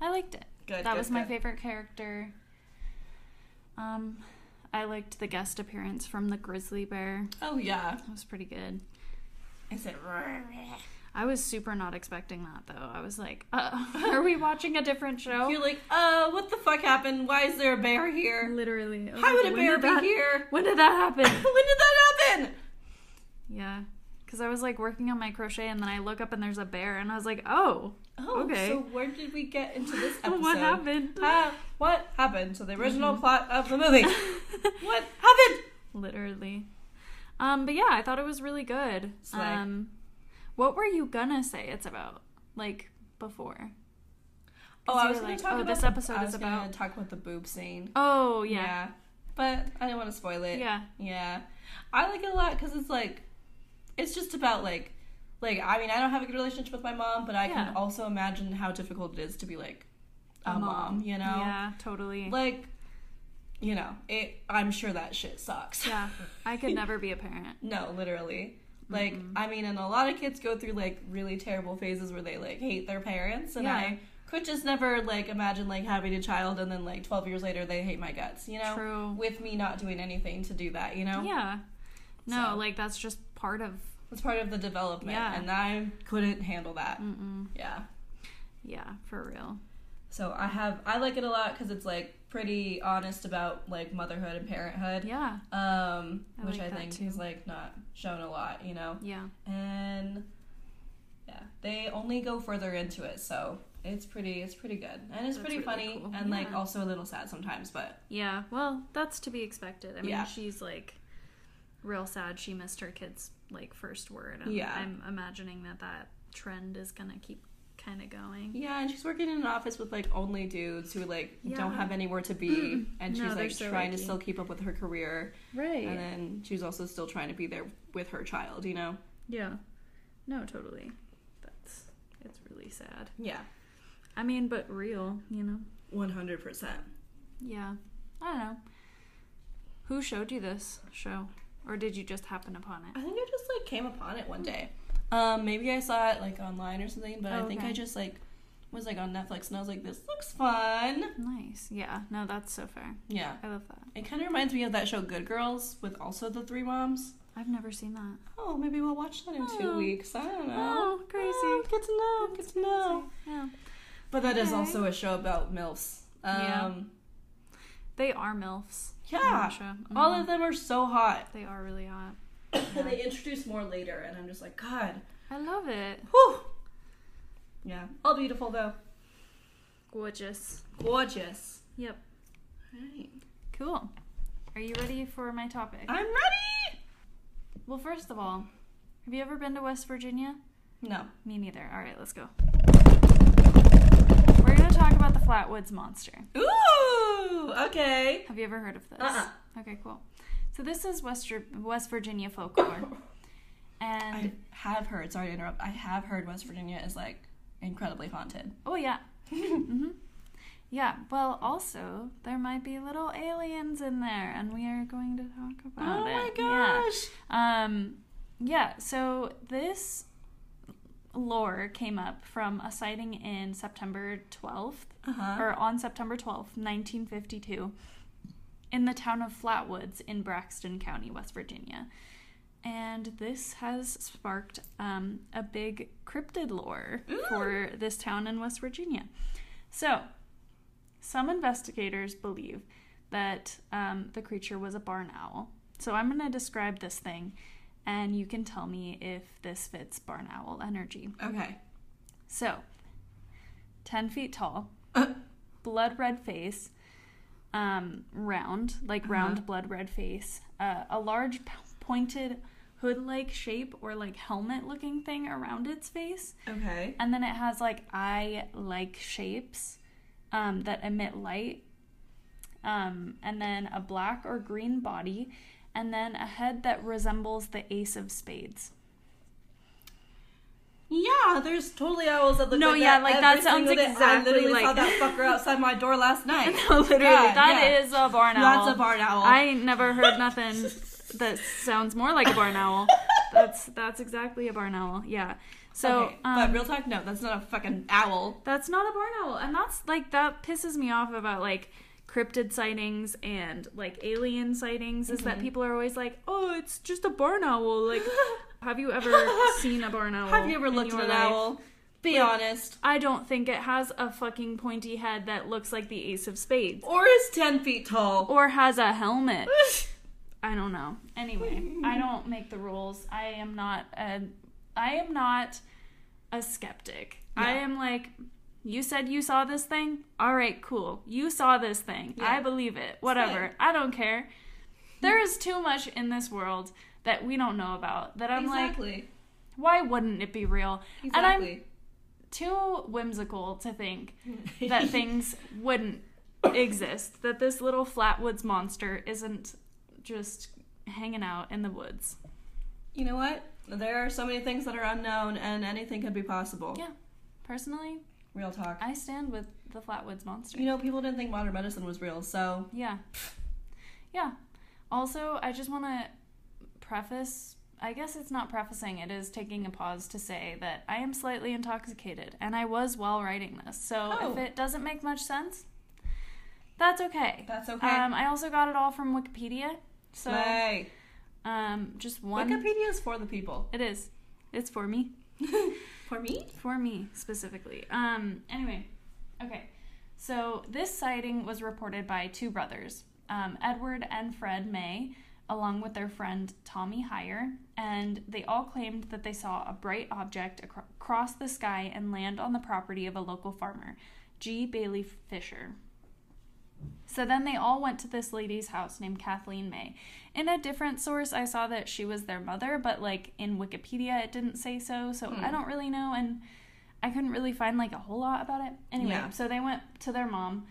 B: I liked it.
A: Good.
B: that
A: good,
B: was my
A: good.
B: favorite character. Um, I liked the guest appearance from the grizzly bear.
A: Oh yeah.
B: That was pretty good.
A: I said.
B: I was super not expecting that though. I was like, uh, are we watching a different show?
A: You're like, uh, what the fuck happened? Why is there a bear here?
B: Literally. I was
A: How
B: like,
A: would a
B: "When
A: bear
B: did
A: be
B: that-
A: here?
B: When did that
A: when
B: happen?
A: did that happen?
B: yeah. Because I was like working on my crochet and then I look up and there's a bear and I was like, oh,
A: Oh,
B: Okay.
A: so where did we get into this episode?
B: what happened? Mm-hmm.
A: Ah, what happened to the original plot of the movie? what happened?
B: Literally. Um, but yeah, I thought it was really good.
A: Slay.
B: Um, what were you gonna say it's about? Like before?
A: Oh,
B: 'Cause
A: I
B: you
A: was
B: were
A: going
B: like,
A: to talk
B: oh,
A: about
B: this
A: the-
B: episode
A: I
B: is
A: was gonna
B: about-
A: talk about the boob scene.
B: Oh yeah,
A: but I didn't want to spoil
B: yeah.
A: it. Yeah. I like it a lot because it's like, it's just about like, like I mean, I don't have a good relationship with my mom, but I
B: Yeah.
A: can also imagine how difficult it is to be like a,
B: A
A: mom, You know,
B: Yeah, totally.
A: like, you know, it. I'm sure that shit sucks.
B: yeah, I could never be a parent.
A: No, literally. Like,
B: Mm-hmm.
A: I mean, and a lot of kids go through like really terrible phases where they like hate their parents, and
B: Yeah.
A: I could just never like imagine like having a child and then like 12 years later they hate my guts, you know?
B: True.
A: With me not doing anything to do that, you know?
B: Yeah. No,
A: So.
B: like that's just part of.
A: It's part of the development,
B: Yeah.
A: and I couldn't handle that.
B: Mm-mm.
A: Yeah.
B: Yeah, for real.
A: So I have, I like it a lot because it's like pretty honest about like motherhood and parenthood.
B: Yeah,
A: Um,
B: I
A: which
B: like
A: I
B: that
A: think
B: too.
A: is like not shown a lot, you know?
B: yeah.
A: and yeah, they only go further into it, so it's pretty it's pretty good, and it's
B: That's
A: pretty
B: really
A: funny,
B: cool.
A: and like
B: Yeah.
A: also a little sad sometimes, but
B: Yeah, well, that's to be expected. I mean,
A: Yeah.
B: she's like real sad she missed her kid's like first word. and
A: Yeah.
B: I'm imagining that that trend is going to keep kind of going.
A: yeah, and she's working in an office with like only dudes who like don't
B: Yeah.
A: have anywhere to be, and
B: No,
A: she's
B: they're
A: like
B: so
A: trying
B: icky.
A: to still keep up with her career,
B: Right.
A: and then she's also still trying to be there with her child, you know?
B: Yeah. No, totally. That's it's really sad.
A: Yeah,
B: I mean, but real, you know.
A: one hundred percent.
B: Yeah. I don't know. Who showed you this show? Or did you just happen upon it?
A: I think I just like came upon it one day. Um, maybe I saw it like online or something, but I think
B: Okay.
A: I just like was like on Netflix and I was like, this looks fun.
B: Nice. Yeah. No, that's so fair.
A: Yeah,
B: I love that.
A: it kind of reminds me of that show Good Girls with also the three moms.
B: I've never seen that.
A: Oh, maybe we'll watch that in two
B: Oh.
A: weeks. I don't know.
B: Oh, crazy.
A: Oh, good to know. Good to know.
B: Yeah.
A: But that is
B: Okay.
A: also a show about milfs.
B: Yeah.
A: Um,
B: They are MILFs. in
A: yeah.
B: Russia.
A: All
B: Mhm.
A: of them are so hot.
B: They are really hot.
A: And
B: Yeah.
A: they introduce more later, and I'm just like, God,
B: I love it.
A: whew. Yeah, all beautiful though.
B: Gorgeous.
A: Gorgeous.
B: Yep.
A: Alright.
B: Cool. Are you ready for my topic?
A: I'm ready!
B: well, first of all, have you ever been to West Virginia?
A: No.
B: Me neither. All right, let's go. We're going to talk about the Flatwoods Monster.
A: Ooh! Okay.
B: Have you ever heard of this?
A: Uh-uh.
B: Okay, cool. So this is West, Vir- West Virginia folklore. and
A: I have heard, sorry to interrupt, I have heard West Virginia is like incredibly haunted.
B: oh yeah. hmm Yeah, well also there might be little aliens in there and we are going to talk
A: Oh,
B: about it. Oh, Yeah. Um, yeah, so this lore came up from a sighting in September 12th,
A: Uh huh.
B: or on September 12th, 1952, in the town of Flatwoods in Braxton County, West Virginia. And this has sparked um, a big cryptid lore for this town in West Virginia. So, some investigators believe that um, the creature was a barn owl. So, I'm going to describe this thing, and you can tell me if this fits barn owl energy.
A: Okay.
B: So, 10 feet tall,
A: Uh.
B: blood red face, um, round, like round blood red face, uh, a large p- pointed hood like shape or like helmet looking thing around its face.
A: Okay.
B: And then it has like eye like shapes um, that emit light. Um, and then a black or green body. And then a head that resembles the ace of spades.
A: Yeah, there's totally owls that look
B: No,
A: like
B: yeah,
A: that.
B: like,
A: every
B: that sounds
A: single day.
B: exactly
A: I literally saw
B: like-
A: that fucker outside my door last night.
B: No, literally,
A: Yeah,
B: that
A: yeah.
B: is a barn owl.
A: That's a barn owl.
B: I never heard nothing that sounds more like a barn owl. That's that's exactly a barn owl. Yeah. So
A: okay,
B: um,
A: but real talk, no, that's not a fucking owl.
B: that's not a barn owl, and that's like that pisses me off about like cryptid sightings and like alien sightings is
A: Mm-hmm.
B: that people are always like, oh, it's just a barn owl. Like, have you ever seen a barn owl?
A: Have you ever
B: in
A: looked at
B: your
A: an
B: life?
A: owl? Be honest.
B: I don't think it has a fucking pointy head that looks like the ace of spades.
A: Or is ten feet tall.
B: or has a helmet. I don't know. Anyway, I don't make the rules. I am not a I am not a skeptic. I
A: Yeah.
B: am like you said you saw this thing? All right, cool. You saw this thing.
A: Yeah.
B: I believe it. Whatever. I don't care. There is too much in this world that we don't know about that I'm like,
A: exactly.
B: why wouldn't it be real? And I'm
A: exactly.
B: too whimsical to think that things wouldn't exist. That this little flatwoods monster isn't just hanging out in the woods.
A: you know what? There are so many things that are unknown, and anything could be possible.
B: Yeah. Personally,
A: Real talk.
B: I stand with the flatwoods monster.
A: You know, people didn't think modern medicine was real, so
B: Yeah. Yeah. Also, I just want to preface I guess it's not prefacing, it is taking a pause to say that I am slightly intoxicated and I was while writing this. So
A: Oh.
B: if it doesn't make much sense, that's okay.
A: that's okay.
B: Um, I also got it all from Wikipedia. So
A: Slay.
B: um, just one.
A: Wikipedia is for the people.
B: It is. It's for me.
A: For me?
B: For me specifically. Um. Anyway. Okay. So this sighting was reported by two brothers, um, Edward and Fred May, along with their friend Tommy Heyer, and they all claimed that they saw a bright object acro- cross the sky and land on the property of a local farmer, G. Bailey Fisher. So then they all went to this lady's house named Kathleen May. In a different source, I saw that she was their mother, but like in Wikipedia, it didn't say so. So I don't really know, and I couldn't really find like a whole lot about it. Anyway,
A: Yeah.
B: so they went to their mom,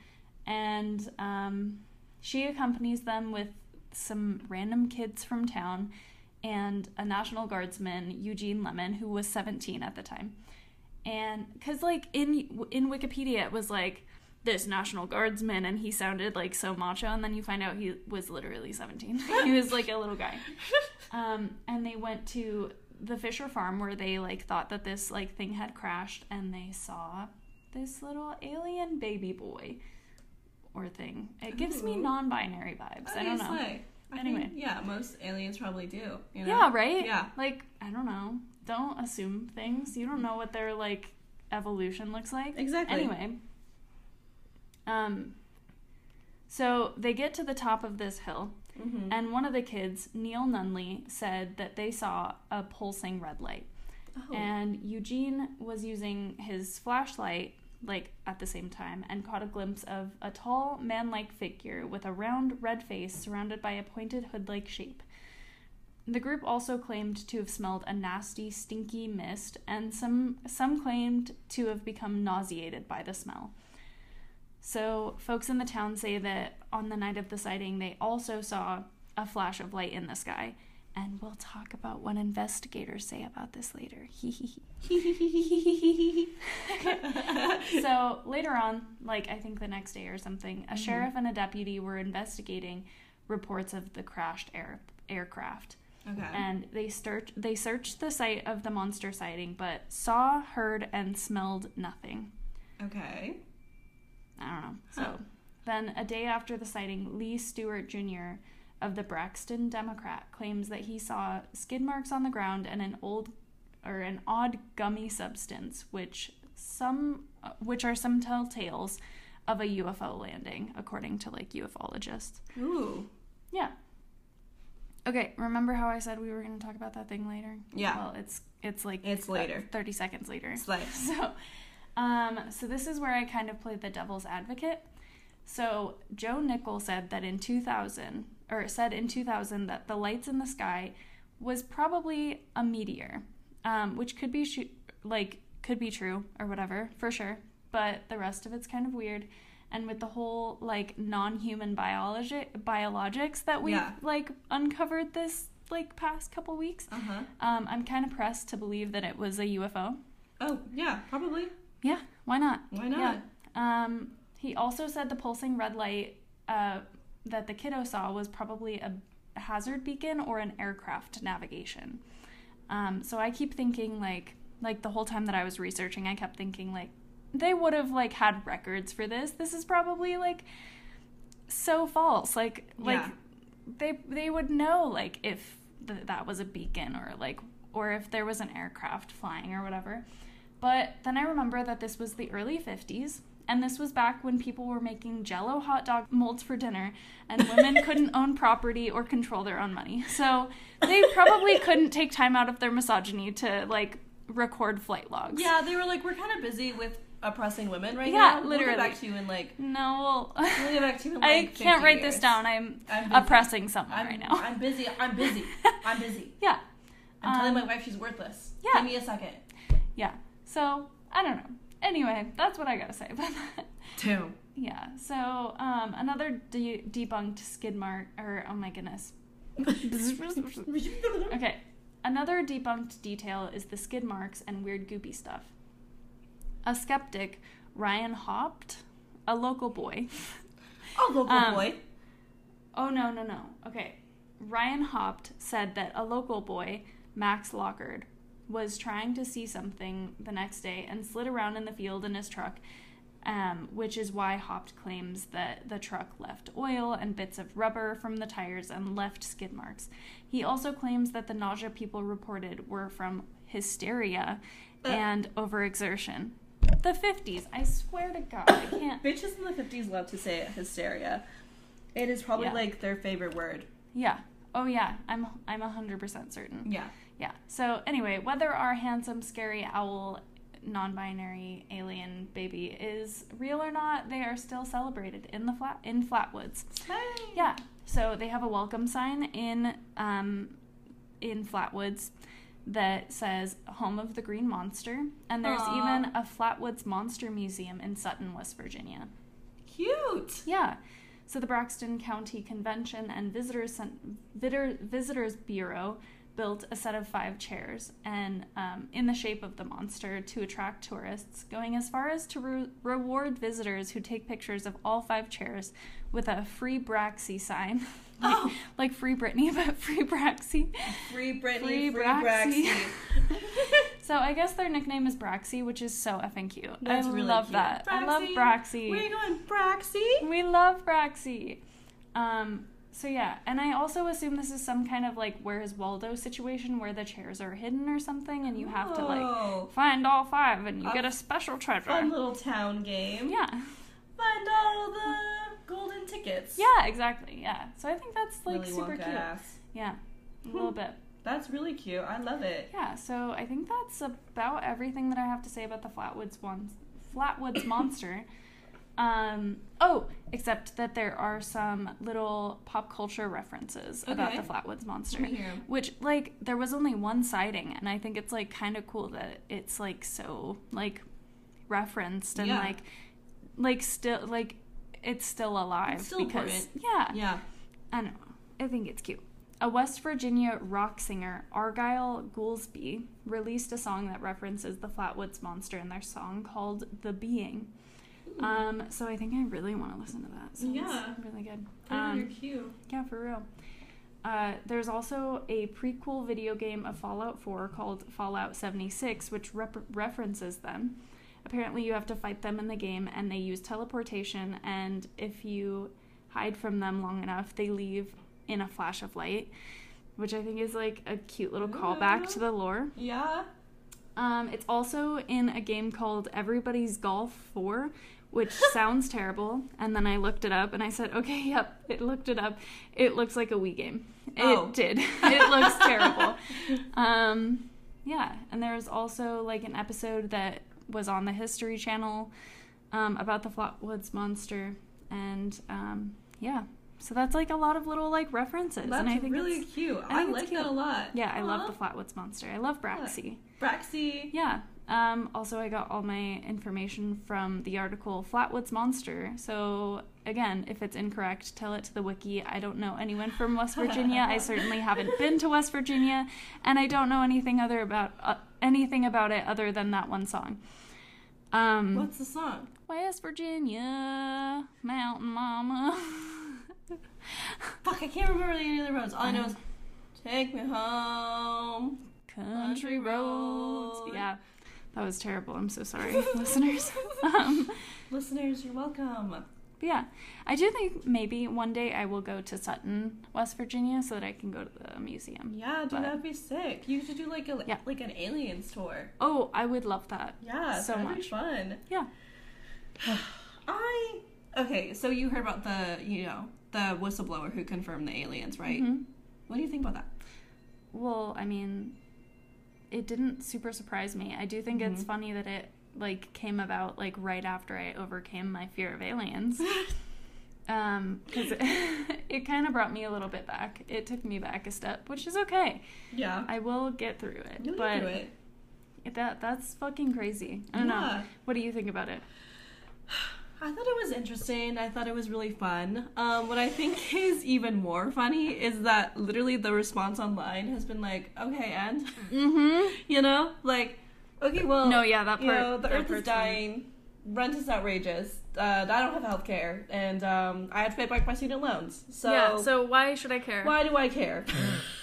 B: and um, she accompanies them with some random kids from town and a National Guardsman, Eugene Lemon, who was 17 at the time. And because, like, in, in Wikipedia, it was like this National Guardsman, and he sounded like so macho, and then you find out he was literally 17. he was like a little guy. Um, and they went to the Fisher farm where they like thought that this like thing had crashed and they saw this little alien baby boy or thing. It gives me
A: Ooh.
B: non-binary vibes. I don't know.
A: Obviously. I
B: Anyway.
A: think, yeah, most aliens probably do. You know?
B: Yeah, right?
A: Yeah.
B: Like, I don't know. Don't assume things. You don't know what their like evolution looks like.
A: Exactly.
B: Anyway. Um so they get to the top of this hill
A: Mm-hmm.
B: and one of the kids, Neil Nunley, said that they saw a pulsing red light.
A: oh.
B: And Eugene was using his flashlight, like at the same time, and caught a glimpse of a tall, man like figure with a round red face surrounded by a pointed hood like shape. The group also claimed to have smelled a nasty, stinky mist, and some, some claimed to have become nauseated by the smell. So, folks in the town say that on the night of the sighting, they also saw a flash of light in the sky. And we'll talk about what investigators say about this later. so later on, like I think the next day or something, a
A: Mhm.
B: sheriff and a deputy were investigating reports of the crashed air- aircraft,
A: okay.
B: and they search they searched the site of the monster sighting, but saw, heard, and smelled nothing.
A: okay.
B: I don't know. So
A: Huh.
B: then, a day after the sighting, Lee Stewart Jr. of the Braxton Democrat claims that he saw skid marks on the ground and an old or an odd gummy substance, which some uh, which are some telltales of a UFO landing, according to like ufologists.
A: Ooh.
B: Yeah. Okay, remember how I said we were going to talk about that thing later?
A: Yeah.
B: Well, it's it's like
A: It's later.
B: 30 seconds later.
A: It's like
B: So, um, so this is where I kind of play the devil's advocate. So Joe Nickel said that in 2000, or said in 2000 that the lights in the sky was probably a meteor, um, which could be sh- like could be true or whatever for sure. But the rest of it's kind of weird. And with the whole like non-human biology biologics that we've
A: Yeah.
B: like uncovered this like past couple weeks,
A: uh huh.
B: um, I'm kind of pressed to believe that it was a UFO.
A: Oh yeah, probably.
B: Yeah, why not?
A: Why not?
B: Yeah. Um, he also said the pulsing red light uh, that the kiddo saw was probably a hazard beacon or an aircraft navigation. Um, so I keep thinking like like the whole time that I was researching, I kept thinking like they would have like had records for this. This is probably like so false. Like like
A: Yeah.
B: they they would know like if th- that was a beacon or like or if there was an aircraft flying or whatever. But then I remember that this was the early 50s and this was back when people were making jello hot dog molds for dinner and women couldn't own property or control their own money. So they probably couldn't take time out of their misogyny to like record flight logs.
A: Yeah, they were like, we're kind of busy with oppressing women right
B: Yeah,
A: now. We'll get
B: literally.
A: back to you in like.
B: No, well,
A: We'll get back to you in like.
B: I
A: 50
B: can't write this
A: years.
B: down. I'm,
A: I'm busy.
B: oppressing someone
A: I'm,
B: right now.
A: I'm busy. I'm busy. I'm busy.
B: yeah.
A: I'm telling
B: Um,
A: my wife she's worthless.
B: yeah.
A: Give me a second.
B: Yeah. So, I don't know. Anyway, that's what I gotta say about that.
A: Two.
B: Yeah. So, um, another de- debunked skid mark, or oh my goodness. okay. Another debunked detail is the skid marks and weird goopy stuff. A skeptic, Ryan Hopt, a local boy.
A: Oh, local
B: Um,
A: boy.
B: Oh, no, no, no. Okay. Ryan Hopt said that a local boy, Max Lockard, was trying to see something the next day and slid around in the field in his truck, um, which is why Hopt claims that the truck left oil and bits of rubber from the tires and left skid marks. He also claims that the nausea people reported were from hysteria
A: Uh.
B: and overexertion. The 50s, I swear to God, I can't.
A: Bitches in the fifties love to say hysteria. It is probably
B: Yeah.
A: like their favorite word.
B: Yeah. Oh, yeah. I'm, I'm 100% certain.
A: Yeah.
B: Yeah. So anyway, whether our handsome, scary owl, non-binary alien baby is real or not, they are still celebrated in the flat in Flatwoods. Yeah. So they have a welcome sign in um, in Flatwoods that says "Home of the Green Monster," and there's
A: Aw.
B: even a Flatwoods Monster Museum in Sutton, West Virginia.
A: Cute.
B: Yeah. So the Braxton County Convention and Visitors Cen- Vitor- Visitors Bureau built a set of five chairs and um, in the shape of the monster to attract tourists, going as far as to re- reward visitors who take pictures of all five chairs with a free Braxy sign. like,
A: Oh.
B: like free Britney, but free Braxy.
A: Free Britney,
B: Free
A: free,
B: Braxy.
A: Braxy.
B: So I guess their nickname is Braxy, which is so effing cute.
A: That's
B: I
A: really
B: love
A: cute.
B: that. I love
A: Braxy.
B: Braxy.
A: Where you going, Braxy?
B: We love Braxy. Um, so yeah, and I also assume this is some kind of like where is Waldo situation where the chairs are hidden or something, and you have to like
A: Oh,
B: find all five, and you
A: A
B: get a special treasure.
A: fun little town game.
B: yeah,
A: Find all the golden tickets.
B: yeah, exactly. Yeah, so I think that's like
A: Willy
B: super
A: Wonka
B: cute.
A: ass. Mm-hmm. Hmm.
B: Yeah, a little bit.
A: That's really cute. I love it.
B: Yeah, so I think that's about everything that I have to say about the Flatwoods one, Flatwoods monster. Um, oh, except that there are some little pop culture references about
A: Okay.
B: the Flatwoods monster.
A: Let me hear 'em.
B: Which like there was only one sighting, and I think it's like kind of cool that it's like so like referenced and
A: Yeah.
B: like like still like it's still alive.
A: It's still
B: because,
A: important.
B: Yeah,
A: Yeah.
B: I don't know. I think it's cute. A West Virginia rock singer, Argyle Goolsby, released a song that references the Flatwoods Monster in their song called "The Being." Um, so I think I really want to listen to that. So
A: Yeah.
B: it's really good.
A: Put it on your
B: Um,
A: queue.
B: yeah, for real. Uh, there's also a prequel video game of Fallout 4 called Fallout 76, which rep- references them. Apparently, you have to fight them in the game, and they use teleportation. And if you hide from them long enough, they leave in a flash of light, which I think is like a cute little callback to the lore.
A: Yeah.
B: Um, it's also in a game called Everybody's Golf 4, which sounds terrible. And then I looked it up and I said, okay, yep, it looked it up. It looks like a Wii game. It
A: Oh.
B: did. it looks terrible. Um, yeah, and there was also like an episode that was on the History Channel um, about the Flatwoods Monster. And um, yeah, so that's like a lot of little like references.
A: That's
B: and I think
A: really
B: it's-
A: cute.
B: I
A: I,
B: think it's
A: like that a
B: cute.
A: lot.
B: Yeah, I love
A: Aw.
B: the Flatwoods Monster. I love Braxy.
A: Braxy.
B: Yeah. Um, also, I got all my information from the article Flatwoods Monster. So, again, if it's incorrect, tell it to the wiki. I don't know anyone from West Virginia. I certainly haven't been to West Virginia, and I don't know anything other about uh, anything about it other than that one song. Um,
A: What's the song?
B: West Virginia, Mountain Mama.
A: Fuck, I can't remember any of the roads. All I know is Take Me Home.
B: Country
A: Country
B: roads.
A: road.
B: Yeah, that was terrible. I'm so sorry, listeners. Um,
A: Listeners, you're welcome.
B: But yeah, I do think maybe one day I will go to Sutton, West Virginia, so that I can go to the museum.
A: Yeah, dude,
B: But-
A: that'd be sick. You should do like a
B: Yeah.
A: like an aliens tour.
B: Oh, I would love that.
A: Yeah,
B: So
A: so that'd be
B: much.
A: fun.
B: Yeah.
A: I okay. So you heard about the you know the whistleblower who confirmed the aliens, right?
B: Mhm.
A: What do you think about that?
B: Well, I mean, it didn't super surprise me. I do think it's
A: Mhm.
B: funny that it like came about like right after I overcame my fear of aliens. Um, because it, it kind of brought me a little bit back. It took me back a step, which is okay.
A: Yeah,
B: I will get through it.
A: you'll
B: but
A: get through it.
B: that that's fucking crazy. I don't know.
A: Yeah.
B: What do you think about it?
A: I thought it was interesting. I thought it was really fun. Um, what I think is even more funny is that literally the response online has been like, "Okay, and
B: Mm-hmm.
A: you know, like, okay, well,
B: No, yeah, that
A: you
B: part-
A: know, the
B: that
A: Earth is
B: part's funny.
A: dying, rent is outrageous, uh, I don't have health care, and um, I had to pay back my student loans. So,
B: yeah, so why should I care?
A: why do I care?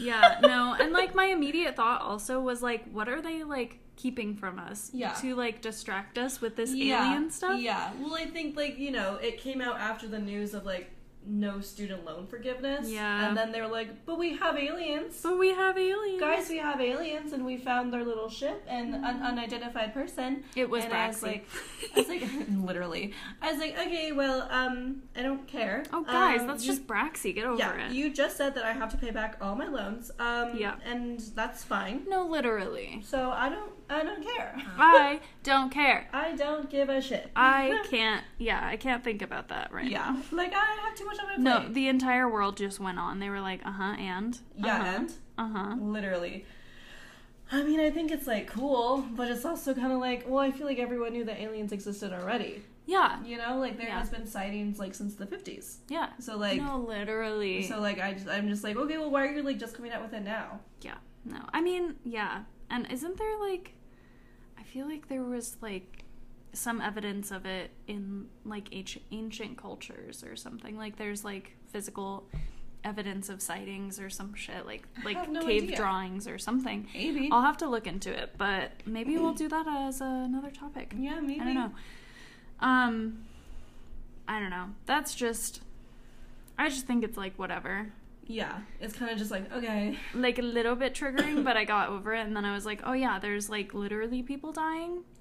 B: Yeah, no. And like my immediate thought also was like, what are they like keeping from us?
A: Yeah.
B: To like distract us with this
A: Yeah,
B: alien stuff?
A: Yeah. Well, I think like you know, it came out after the news of like no student loan forgiveness.
B: Yeah.
A: And then they were like, but we have aliens.
B: But we have aliens.
A: Guys, we have aliens, and we found their little ship and an unidentified person.
B: It Mm-hmm. was
A: and I was
B: Braxy.
A: like, I was like, literally, I was like, okay, well, um, I don't care.
B: oh guys,
A: Um,
B: that's
A: you-
B: just Braxy. Get over
A: yeah.
B: it.
A: You just said that I have to pay back all my loans. Um,
B: Yeah.
A: and that's fine.
B: no, literally.
A: So I don't, I don't care.
B: I don't care.
A: I don't give a shit.
B: Uh-huh. I can't yeah, I can't think about that right now.
A: yeah, like I have too much on my plate.
B: No, the entire world just went on. They were like, uh huh, and
A: yeah, and
B: uh huh.
A: literally. I mean, I think it's like cool, but it's also kind of like, well, I feel like everyone knew that aliens existed already.
B: Yeah,
A: You know, like there
B: Yeah.
A: has been sightings like since the fifties.
B: yeah.
A: So like,
B: no, literally.
A: so like I just I'm just like, okay, well, why are you like just coming out with it now?
B: yeah. No. I mean, yeah. And isn't there like I feel like there was like some evidence of it in like ancient ancient cultures or something. Like there's like physical evidence of sightings or some shit like
A: I
B: like
A: have no
B: cave
A: idea.
B: drawings or something.
A: Maybe.
B: I'll have to look into it, but maybe we'll do that as another topic.
A: yeah, maybe.
B: I don't know. Um, I don't know. That's just. I just think it's like whatever.
A: Yeah, it's kind of just like okay.
B: Like a little bit triggering, but I got over it. And then I was like, oh yeah, there's like literally people dying.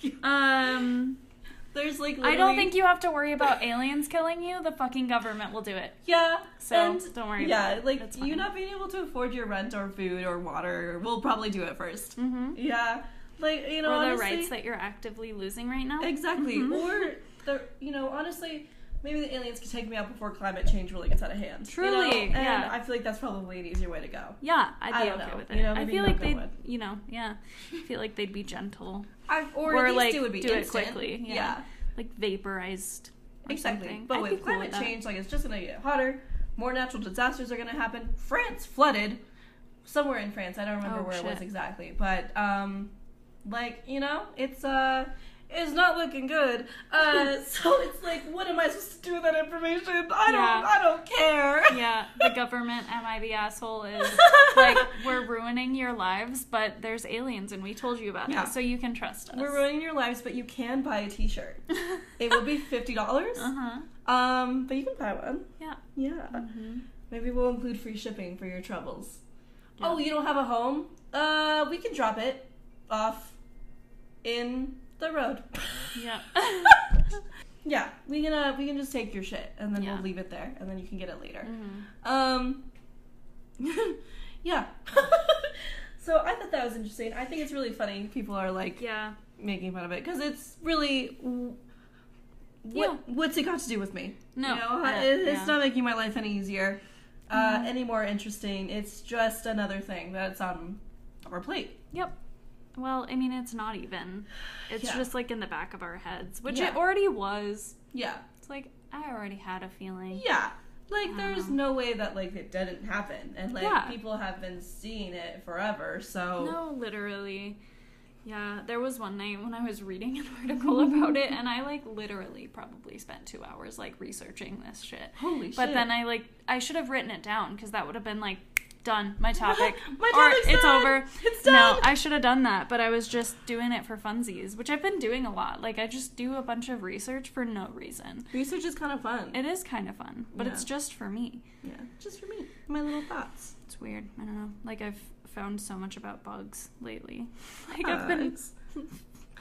A: Yeah.
B: Um,
A: There's like
B: I don't think you have to worry about aliens killing you. The fucking government will do it.
A: Yeah.
B: So,
A: and
B: don't worry
A: Yeah,
B: about it.
A: like
B: It's
A: you
B: fine.
A: not being able to afford your rent or food or water, we'll probably do it first.
B: Mm-hmm.
A: Yeah. Like you know,
B: or the
A: honestly,
B: rights that you're actively losing right now.
A: exactly.
B: Mhm.
A: Or the you know, honestly, maybe the aliens could take me out before climate change really gets out of hand. you know?
B: Truly,
A: And
B: yeah.
A: I feel like that's probably an easier way to go.
B: Yeah, I'd
A: I
B: be
A: don't
B: okay
A: know.
B: with
A: You
B: it.
A: know,
B: I
A: maybe
B: feel
A: not
B: like
A: good
B: they'd,
A: one.
B: you know, yeah, I feel like they'd be gentle
A: I, or,
B: Or,
A: at least
B: like,
A: it would be
B: do it
A: instant.
B: quickly, yeah. like vaporized. or
A: Exactly.
B: something.
A: But
B: I'd be
A: with
B: cool
A: climate
B: that.
A: change, like it's just gonna get hotter. More natural disasters are gonna happen. France flooded somewhere in France. I don't remember
B: Oh,
A: where it was
B: shit.
A: exactly, but um, like you know, it's uh, it's not looking good. Uh, so it's like, what am I supposed to do with that information? I don't,
B: Yeah.
A: I don't care.
B: yeah, the government, am I the asshole? Is like we're ruining your lives, but there's aliens and we told you about
A: Yeah.
B: it, so you can trust us.
A: We're ruining your lives, but you can buy a T-shirt.
B: uh
A: It will be fifty dollars.
B: huh.
A: Um, but you can buy one.
B: Uh-huh. Yeah.
A: Yeah.
B: hmm
A: Maybe we'll include free shipping for your troubles.
B: Yeah.
A: Oh, you don't have a home? Uh, we can drop it off in the road.
B: Yeah.
A: yeah, we can uh, we can just take your shit and then
B: Yeah.
A: we'll leave it there and then you can get it later.
B: hmm
A: Um, yeah. so I thought that was interesting. I think it's really funny. People are like
B: Yeah.
A: making fun of it because it's really. w- What, What's it got to do with me?
B: No.
A: You know,
B: yeah,
A: it- it's
B: yeah. Mm-hmm.
A: not making my life any easier, uh, any more interesting. It's just another thing that's on our plate.
B: Yep. Well, I mean, it's not even. It's
A: Yeah.
B: just like in the back of our heads, which it
A: Yeah.
B: already was.
A: Yeah,
B: It's like I already had a feeling.
A: yeah. Like there's
B: Wow.
A: no way that like it didn't happen, and like
B: Yeah.
A: people have been seeing it forever. So
B: No, literally. Yeah, there was one night when I was reading an article about it, and I like literally probably spent two hours like researching this shit.
A: holy shit.
B: But then I like I should have written it down because that would have been like done my topic
A: My
B: or
A: topic's
B: it's
A: done!
B: over.
A: It's
B: No,
A: done.
B: I should have done that, but I was just doing it for funsies, which I've been doing a lot. Like I just do a bunch of research for no reason.
A: Research is kind of fun.
B: It is kind of fun, but it's
A: Yeah.
B: just for me.
A: yeah, just for me, my little thoughts.
B: It's weird. I don't know. Like I've found so much about bugs lately. Like I've been
A: Bugs.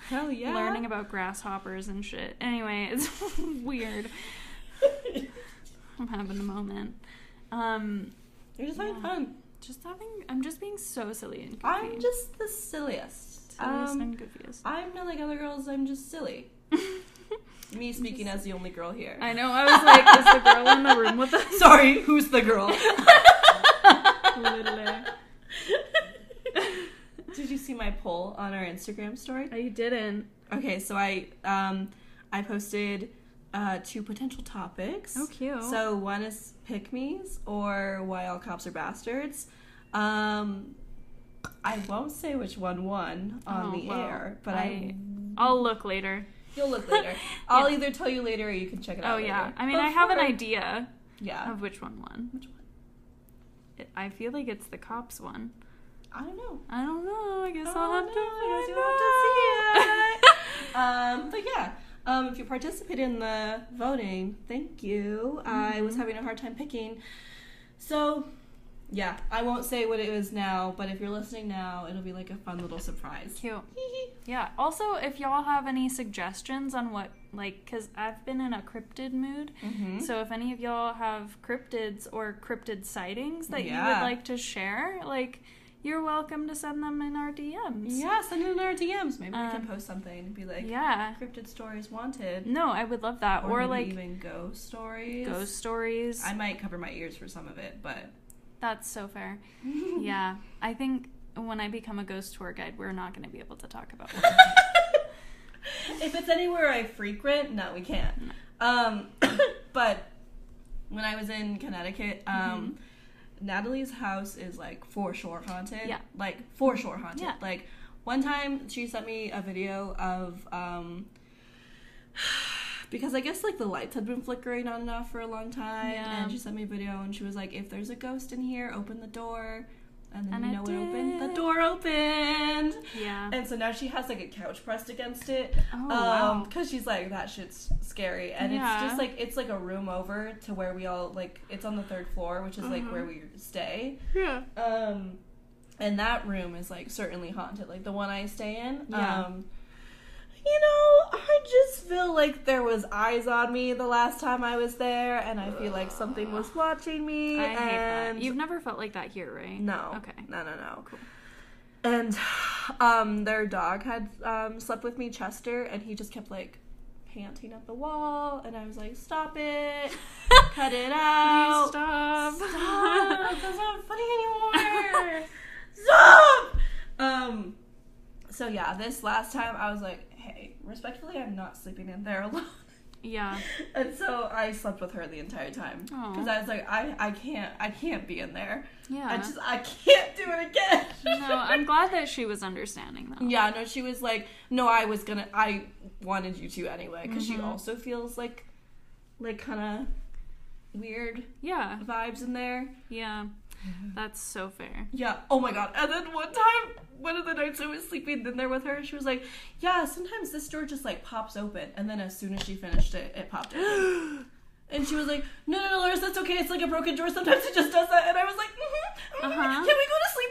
A: Hell yeah.
B: learning about grasshoppers and shit. Anyway, it's weird. I'm having a moment. Um,
A: You're just having
B: Yeah.
A: fun.
B: just having. I'm just being so silly and goofy.
A: I'm just the silliest.
B: silliest
A: Um,
B: and goofiest.
A: I'm not like other girls. I'm just silly. Me speaking as the only girl here.
B: I know. I was like, is the girl in the room with us?
A: Sorry, who's the girl?
B: Literally.
A: Did you see my poll on our Instagram story?
B: I didn't.
A: Okay, so I um I posted uh, two potential topics.
B: Oh, cute.
A: So one is pick me's or why all cops are bastards. Um, I won't say which one won on
B: Oh,
A: the
B: well,
A: air, but I,
B: I- I'll look later.
A: you'll look later. I'll either tell you later or you can check it out.
B: Oh yeah.
A: later.
B: I mean,
A: But
B: I have an
A: for-
B: idea
A: Yeah.
B: of which one won.
A: Which one?
B: It- I feel like it's the cops one.
A: I don't know.
B: I don't know. I guess I'll
A: Oh,
B: have to.
A: no,
B: I guess
A: I
B: you'll have
A: Um, but yeah, um, if you participated in the voting, thank you. I
B: Mm-hmm.
A: was having a hard time picking. So, yeah, I won't say what it is now, but if you're listening now, it'll be like a fun little surprise.
B: Um, Cute.
A: Hee
B: Yeah. Also, if y'all have any suggestions on what, like, because I've been in a cryptid mood.
A: hee. Mhm.
B: So if any of y'all have cryptids or cryptid sightings that you
A: Yeah.
B: would like to share, like, you're welcome to send them in our DMs.
A: yeah, send it in our DMs. Maybe we
B: Um,
A: can post something and be like,
B: Yeah.
A: cryptid stories wanted.
B: No, I would love that. Or,
A: maybe
B: like,
A: even ghost stories.
B: ghost stories.
A: I might cover my ears for some of it, but
B: That's so fair. yeah. I think when I become a ghost tour guide, we're not going to be able to talk about one.
A: if it's anywhere I frequent, no, we can't.
B: Mm. Mm-hmm.
A: Um, but when I was in Connecticut, um, Natalie's house is like for sure haunted.
B: Yeah.
A: Like for sure haunted.
B: Yeah.
A: Like one time she sent me a video of um because I guess like the lights had been flickering on and off for a long time
B: Yeah.
A: and she sent me a video and she was like if there's a ghost in here open the door and then
B: And
A: you
B: it
A: know it opened the
B: did.
A: door opened
B: Yeah.
A: and so now she has like a couch pressed against it
B: oh
A: um
B: wow.
A: because she's like that shit's scary and
B: Yeah.
A: it's just like it's like a room over to where we all like it's on the third floor which is like
B: Mhm.
A: where we stay
B: Yeah.
A: um and that room is like certainly haunted like the one i stay in
B: Yeah.
A: um you know i just feel like there was eyes on me the last time i was there and i feel like something was watching
B: I
A: me
B: hate
A: and
B: that. You've never felt like that here, right?
A: no
B: Okay. Oh,
A: no no no
B: Cool.
A: and um, their dog had um, slept with me, Chester, and he just kept like panting up the wall, and I was like, "Stop it, cut it out,
B: Please stop.
A: Stop! that's not funny anymore, stop." Um, so yeah, this last time I was like, "Hey, respectfully, I'm not sleeping in there alone,"
B: yeah.
A: and so I slept with her the entire time
B: Aw.
A: because I was like, "I I can't I can't be in there.
B: Yeah.
A: I just I can't do it again."
B: no, I'm glad that she was understanding that.
A: Yeah, no, she was like, no, I was gonna, I wanted you to anyway, because she
B: Mhm.
A: also feels like, like kind of weird
B: Yeah.
A: vibes in there.
B: Yeah. That's so fair.
A: Yeah. Oh my god. And then one time, one of the nights I was sleeping in there with her, she was like, yeah, sometimes this door just like pops open, and then as soon as she finished it, it popped open. And she was like, "No, no, no, Lars, that's okay. It's like a broken door. Sometimes it just does that." And I was like, mm-hmm,
B: Uh-huh.
A: "Can we go to sleep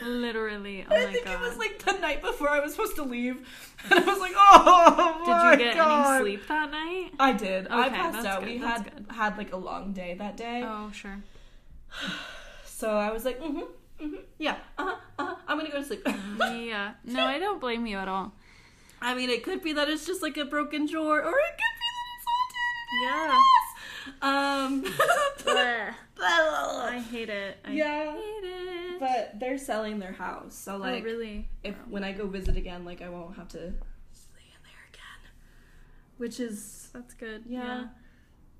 A: now?"
B: Literally. Oh
A: I
B: my
A: think
B: god.
A: it was like the night before I was supposed to leave, and I was like, "Oh my
B: Did you get
A: god!"
B: any sleep that night?
A: I did. I
B: Okay,
A: passed
B: that's
A: out.
B: good,
A: We
B: that's
A: had
B: good.
A: had like a long day that day,
B: Oh, sure.
A: so I was like, "Mm-hmm, mm-hmm, yeah, uh-huh, uh-huh, I'm gonna go to sleep."
B: Yeah. uh, No, I don't blame you at all.
A: I mean, it could be that it's just like a broken drawer, or it could
B: Yeah.
A: be that it's haunted. Um,
B: I hate it. I
A: Yeah.
B: hate it.
A: but they're selling their house, so like,
B: oh, really?
A: if when I go visit again, like I won't have to stay in there again, which is
B: That's good.
A: Yeah.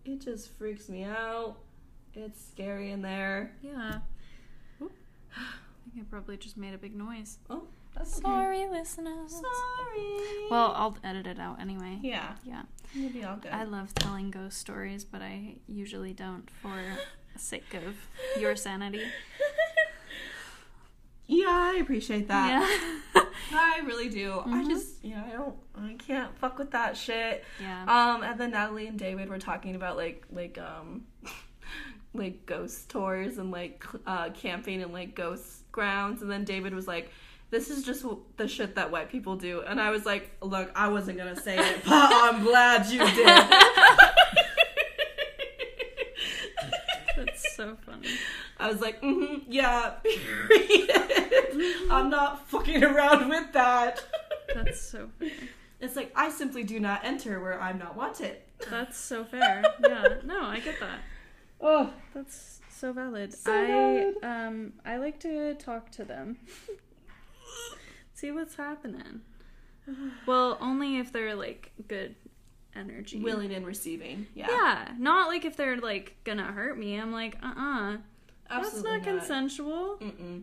A: It just freaks me out. It's scary in there.
B: Yeah. Yeah. Oop. I think I probably just made a big noise.
A: Oh, that's okay.
B: Sorry, listeners.
A: Sorry.
B: Well, I'll edit it out anyway.
A: yeah,
B: Yeah.
A: you'll be all good.
B: I love telling ghost stories, but I usually don't for the sake of your sanity.
A: yeah, I appreciate that.
B: Yeah.
A: I really do. I
B: Mhm.
A: just, you know, I don't, I can't fuck with that shit.
B: yeah.
A: Um, and then Natalie and David were talking about like, like, um, like ghost tours and like cl- uh, camping and like ghost grounds. And then David was like, "This is just w- the shit that white people do." And I was like, "Look, I wasn't gonna say it, but I'm glad you did."
B: That's so funny.
A: I was like, mm-hmm, "Yeah, period. I'm not fucking around with that."
B: That's so fair.
A: It's like I simply do not enter where I'm not wanted.
B: That's so fair. Yeah. No, I get that.
A: Oh,
B: That's so valid.
A: So
B: I um I like to talk to them. See what's happening. Well, only if they're like good energy.
A: willing and receiving. Yeah,
B: Yeah. Not like if they're like gonna hurt me. I'm like, uh uh That's
A: absolutely
B: not consensual.
A: Mm-mm.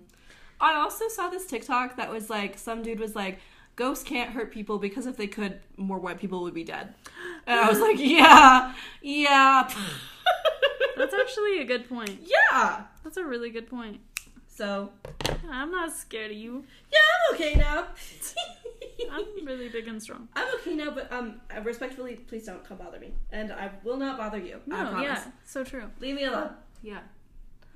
A: I also saw this TikTok that was like some dude was like, "Ghosts can't hurt people because if they could, more white people would be dead." And I was like, "Yeah, yeah,
B: That's actually a good point.
A: yeah."
B: That's a really good point.
A: So
B: I'm not scared of you.
A: yeah, I'm okay now.
B: I'm really big and strong.
A: I'm okay now, but um, respectfully, please don't come bother me, and I will not bother you. I
B: No,
A: promise.
B: yeah. So true.
A: Leave me alone.
B: Yeah.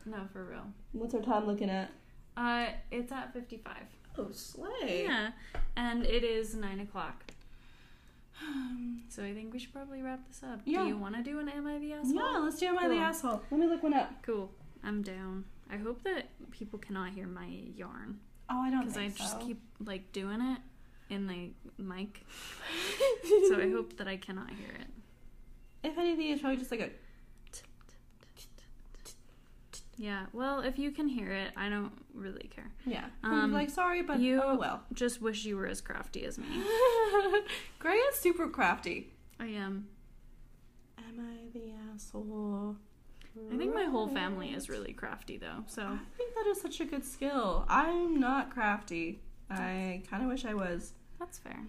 B: No, for real.
A: What's our time looking at?
B: Uh it's at fifty five.
A: Oh, slay.
B: Yeah, and it is nine o'clock. So I think we should probably wrap this up.
A: Yeah.
B: Do you want to do an Am I the Asshole?
A: Yeah, let's do Am I the
B: Cool.
A: asshole? Let me look one up.
B: Cool. I'm down. I hope that people cannot hear my yarn
A: Oh, I don't
B: because I
A: think
B: just
A: so.
B: keep like doing it in the mic. so I hope that I cannot hear it.
A: If anything, it's probably just like a.
B: Yeah. Well, if you can hear it, I don't really care.
A: Yeah.
B: Um,
A: like, sorry, but
B: you-
A: oh well.
B: Just wish you were as crafty as me.
A: Gray is super crafty.
B: I am.
A: Am I the asshole?
B: I think my whole family is really crafty though.
A: I
B: So
A: think that is such a good skill. I'm not crafty. I kind of wish I was.
B: that's fair.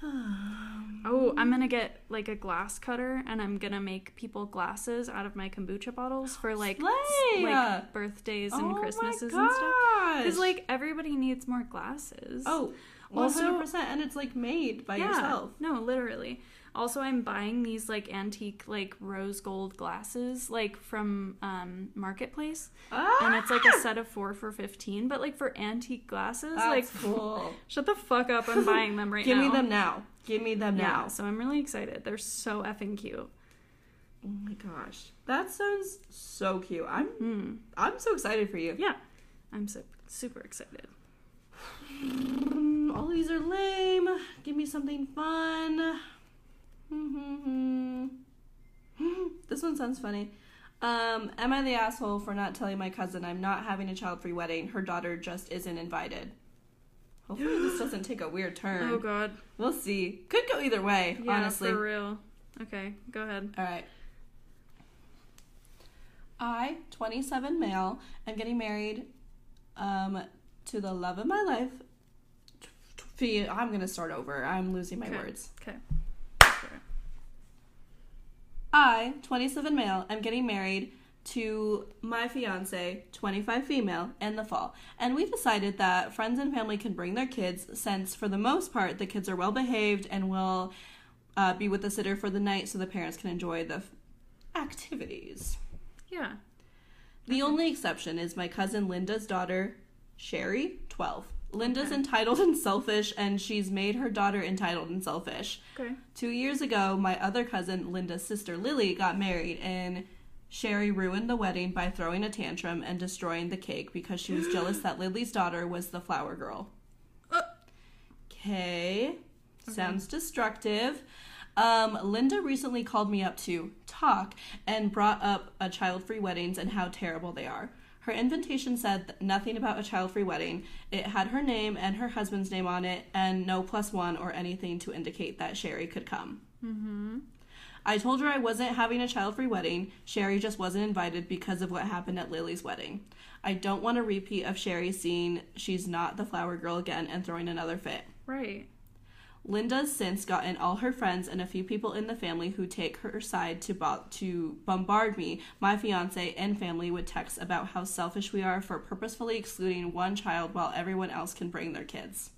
B: Oh, I'm gonna get like a glass cutter and I'm gonna make people glasses out of my kombucha bottles for like s-
A: Slay! Oh
B: like birthdays and Christmases
A: my
B: and stuff.
A: gosh.
B: Because like everybody needs more glasses.
A: oh,
B: Also-
A: 100%. And it's like made by yourself.
B: No, literally. Also, I'm buying these like antique like rose gold glasses like from um marketplace,
A: Ah,
B: and it's like a set of four for fifteen. But like for antique glasses,
A: that's
B: like
A: cool.
B: shut the fuck up! I'm buying them right
A: Give
B: now.
A: me them now. Give me them
B: Yeah,
A: now.
B: so I'm really excited. They're so effing cute.
A: Oh my gosh, that sounds so cute. I'm
B: Hmm.
A: I'm so excited for you.
B: Yeah, I'm so, super excited.
A: Mm, all these are lame. Give me something fun. this one sounds funny. Um, am I the asshole for not telling my cousin I'm not having a child-free wedding? Her daughter just isn't invited. Hopefully this doesn't take a weird turn.
B: Oh god.
A: We'll see. Could go either way,
B: Yeah,
A: honestly.
B: for real. Okay, go ahead.
A: All right. I, 27 male, am getting married um, to the love of my life. Fee- I'm going to start over. I'm losing my
B: Okay.
A: words.
B: Okay.
A: I, 27 male, am getting married to my fiance, 25 female, in the fall. And we decided that friends and family can bring their kids since, for the most part, the kids are well behaved and will uh, be with the sitter for the night so the parents can enjoy the f- activities.
B: Yeah.
A: The only exception is my cousin Linda's daughter, Sherry, 12. Linda's entitled and selfish, and she's made her daughter entitled and selfish.
B: Okay.
A: Two years ago, my other cousin, Linda's sister Lily, got married, and Sherry ruined the wedding by throwing a tantrum and destroying the cake because she was jealous that Lily's daughter was the flower girl.
B: Uh.
A: Okay. Sounds destructive. Um, Linda recently called me up to talk and brought up a child free weddings and how terrible they are. Her invitation said th- nothing about a child free wedding. It had her name and her husband's name on it, and no plus one or anything to indicate that Sherry could come. Mm-hmm. I told her I wasn't having a child free wedding. Sherry just wasn't invited because of what happened at Lily's wedding. I don't want a repeat of Sherry seeing she's not the flower girl again and throwing another fit.
B: Right.
A: Linda's since gotten all her friends and a few people in the family who take her side to bo- to bombard me, my fiance, and family with texts about how selfish we are for purposefully excluding one child while everyone else can bring their kids.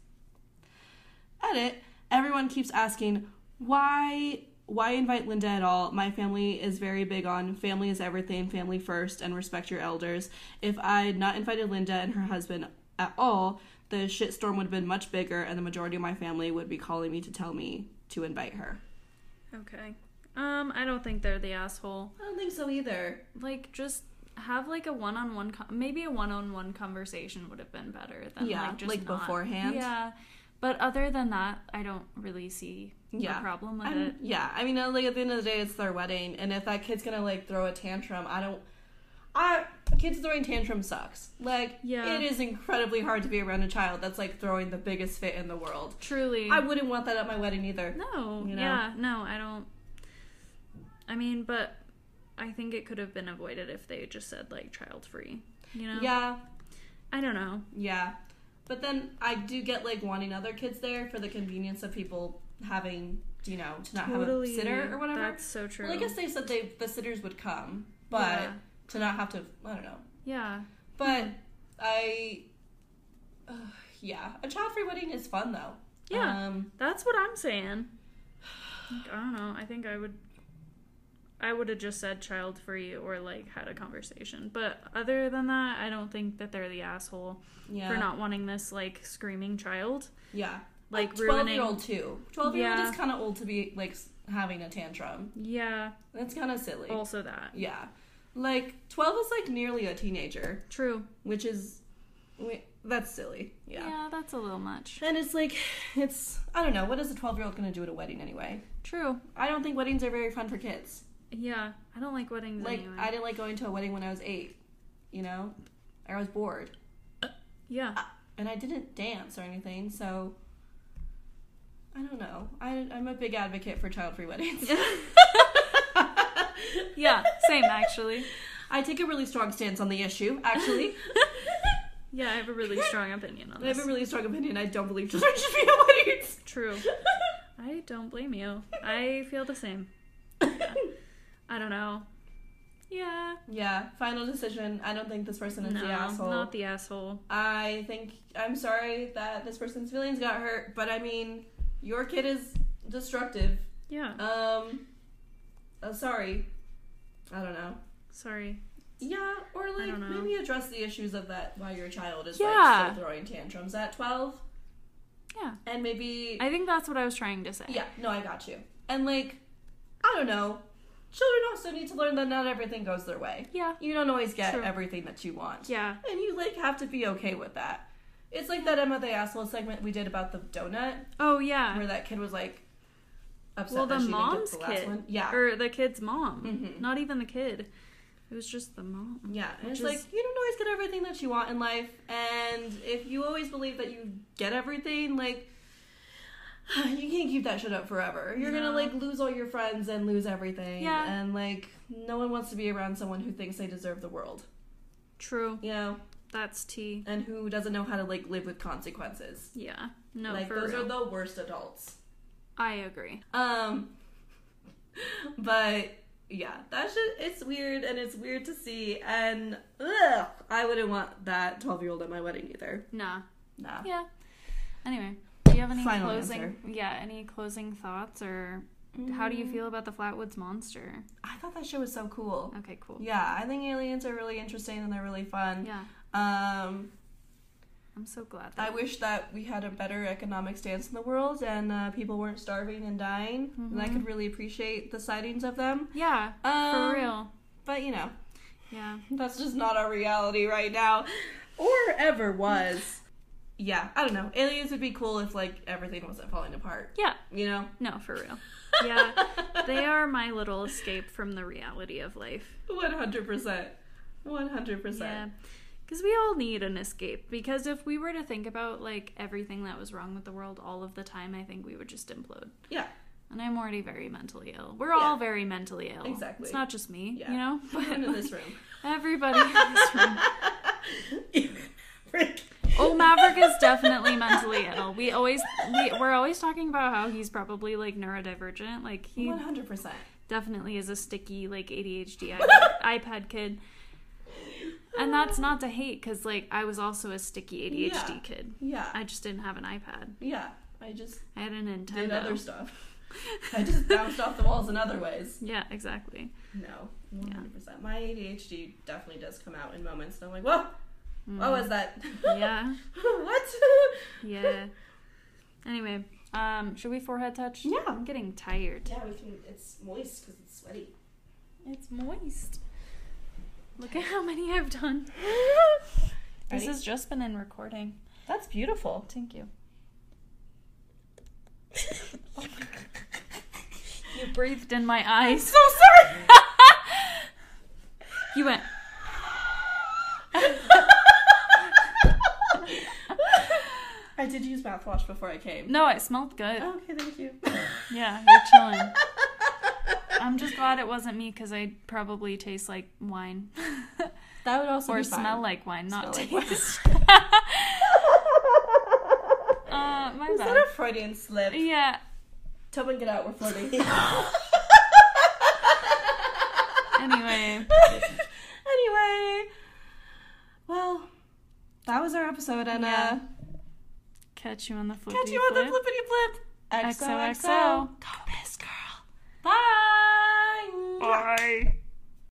A: Edit. Everyone keeps asking why why invite Linda at all? My family is very big on family is everything, family first, and respect your elders. If I'd not invited Linda and her husband at all, the shitstorm would have been much bigger, and the majority of my family would be calling me to tell me to invite her.
B: Okay. Um, I don't think they're the asshole.
A: I don't think so either.
B: Like, just have like a one-on-one, con- maybe a one-on-one conversation would have been better than
A: Yeah,
B: like just
A: like
B: not-
A: beforehand.
B: Yeah, but other than that, I don't really see
A: Yeah.
B: a problem with
A: I'm-
B: it.
A: yeah, I mean, uh, like at the end of the day, it's their wedding, and if that kid's gonna like throw a tantrum, I don't. I kids throwing tantrums sucks. Like,
B: Yeah.
A: it is incredibly hard to be around a child that's like throwing the biggest fit in the world.
B: Truly,
A: I wouldn't want that at my wedding either.
B: no.
A: you know?
B: Yeah, no, I don't. I mean, but I think it could have been avoided if they just said like child-free. You know?
A: Yeah,
B: I don't know.
A: yeah. But then I do get like wanting other kids there for the convenience of people having, you know, to not have a sitter or whatever.
B: That's so true.
A: Well, I guess they said they the sitters would come, but
B: Yeah.
A: to not have to, I don't know.
B: yeah.
A: But I, uh, yeah, a child-free wedding is fun though.
B: Yeah.
A: Um,
B: That's what I'm saying. Like, I don't know. I think I would. I would have just said child free or like had a conversation. But other than that, I don't think that they're the asshole
A: yeah.
B: for not wanting this like screaming child.
A: Yeah.
B: Like
A: a
B: ruining.
A: twelve-year-old too. Twelve-year-old
B: Yeah.
A: is kind of old to be like s- having a tantrum.
B: Yeah.
A: That's kind of silly.
B: Also that.
A: Yeah. Like 12 is like nearly a teenager,
B: True.
A: which is wi- that's silly. Yeah.
B: that's a little much.
A: And it's like it's I don't know, what is a 12-year-old going to do at a wedding anyway?
B: True.
A: I don't think weddings are very fun for kids.
B: Yeah. I don't like weddings
A: Like
B: anyway.
A: I didn't like going to a wedding when I was 8, you know? I was bored
B: yeah.
A: and I didn't dance or anything, so I don't know. I, I'm a big advocate for child-free weddings.
B: Yeah, same actually.
A: I take a really strong stance on the issue, actually.
B: Yeah, I have a really strong opinion on
A: I have
B: this.
A: a really strong opinion. I don't believe children should be on weddings.
B: True. I don't blame you. I feel the same. I don't know. Yeah.
A: yeah, final decision. I don't think this person is
B: no,
A: the asshole.
B: not the asshole.
A: I think I'm sorry that this person's feelings got hurt, but I mean, your kid is destructive.
B: Yeah.
A: Um, uh, sorry. I don't know.
B: Sorry.
A: Yeah, or like
B: don't know.
A: maybe address the issues of that why your child is
B: Yeah.
A: like still throwing tantrums at 12
B: Yeah.
A: and maybe
B: I think that's what I was trying to say.
A: Yeah, no, I got you. And like, I don't know. Children also need to learn that not everything goes their way.
B: Yeah.
A: You don't always get
B: True.
A: everything that you want.
B: Yeah.
A: And you like have to be okay with that. It's like that Emma the asshole segment we did about the donut,
B: Oh yeah.
A: where that kid was like upset
B: Well,
A: that
B: the
A: she didn't
B: mom's
A: get the last
B: kid,
A: one. Yeah,
B: or the kid's mom.
A: Mhm.
B: Not even the kid. It was just the mom.
A: yeah. And it's
B: which
A: like
B: is-
A: you don't always get everything that you want in life, and if you always believe that you get everything, like you can't keep that shit up forever. You're gonna
B: No.
A: like lose all your friends and lose everything.
B: Yeah.
A: And like no one wants to be around someone who thinks they deserve the world.
B: True.
A: You know,
B: That's tea.
A: and who doesn't know how to like live with consequences.
B: Yeah. No,
A: like
B: for
A: those
B: real.
A: are the worst adults.
B: I agree.
A: Um, but yeah, that shit, it's weird and it's weird to see. And ugh, I wouldn't want that 12 year old at my wedding either.
B: Nah.
A: Nah.
B: Yeah. Anyway, do you have any
A: Final
B: closing?
A: answer.
B: Yeah. Any closing thoughts or how do you feel about the Flatwoods Monster?
A: I thought that shit was so cool.
B: Okay. Cool.
A: Yeah, I think aliens are really interesting and they're really fun.
B: Oh. Yeah.
A: Um,
B: I'm so glad
A: I
B: that.
A: wish that we had a better economic stance in the world and uh, people weren't starving and dying. And I
B: Mhm.
A: could really appreciate the sightings of them.
B: yeah. For
A: Um,
B: real.
A: But you know,
B: Yeah.
A: That's just not our reality right now. Or ever was. Yeah, I don't know. Aliens would be cool if like everything wasn't falling apart.
B: Yeah.
A: You know?
B: No, for real. Yeah. they are my little escape from the reality of life.
A: One hundred percent. One hundred percent.
B: Because we all need an escape. Because if we were to think about like everything that was wrong with the world all of the time, I think we would just implode.
A: Yeah.
B: And I'm already very mentally ill. We're
A: Yeah.
B: all very mentally ill.
A: Exactly.
B: It's not just me,
A: Yeah.
B: you know?
A: Everyone in this
B: like,
A: room.
B: everybody in this room.
A: Frick.
B: Oh, Maverick is definitely mentally ill. We always we, we're always talking about how he's probably like neurodivergent. Like he
A: One hundred percent.
B: definitely is a sticky like ADHD iPad, iPad kid. And that's not to hate cuz like I was also a sticky ADHD
A: Yeah.
B: kid.
A: Yeah.
B: I just didn't have an iPad.
A: yeah. I just
B: I had a
A: did other
B: Nintendo.
A: stuff. I just bounced off the walls in other ways.
B: Yeah, exactly.
A: No, one hundred percent. My ADHD definitely does come out in moments, and I'm like, whoa, what
B: Mm.
A: was that?
B: Yeah.
A: what?
B: Yeah. Anyway, um should we forehead touch?
A: Yeah.
B: I'm getting tired.
A: Yeah, we can. It's moist because it's sweaty.
B: It's moist. Look at how many I've done. This
A: Ready?
B: has just been in recording.
A: That's beautiful.
B: Thank you.
A: oh my god.
B: You breathed in my eyes.
A: So sorry.
B: You went
A: I did use mouthwash before I came.
B: No, it smelled good.
A: Oh, okay, thank you.
B: Yeah, you're chilling. I'm just glad it wasn't me because I probably taste like wine
A: That would also
B: or
A: be fine.
B: smell like wine, not
A: Smell like wine.
B: taste. uh, my
A: Was
B: bad.
A: that a Freudian slip?
B: yeah,
A: Tobin, get out. We're flirting.
B: Anyway.
A: anyway. Well, that was our episode, and uh,
B: Yeah. catch you on the flippity
A: catch you on the
B: flip.
A: flippity flip.
B: XOXO.
A: Go, Miss Girl. Bye.
B: Bye.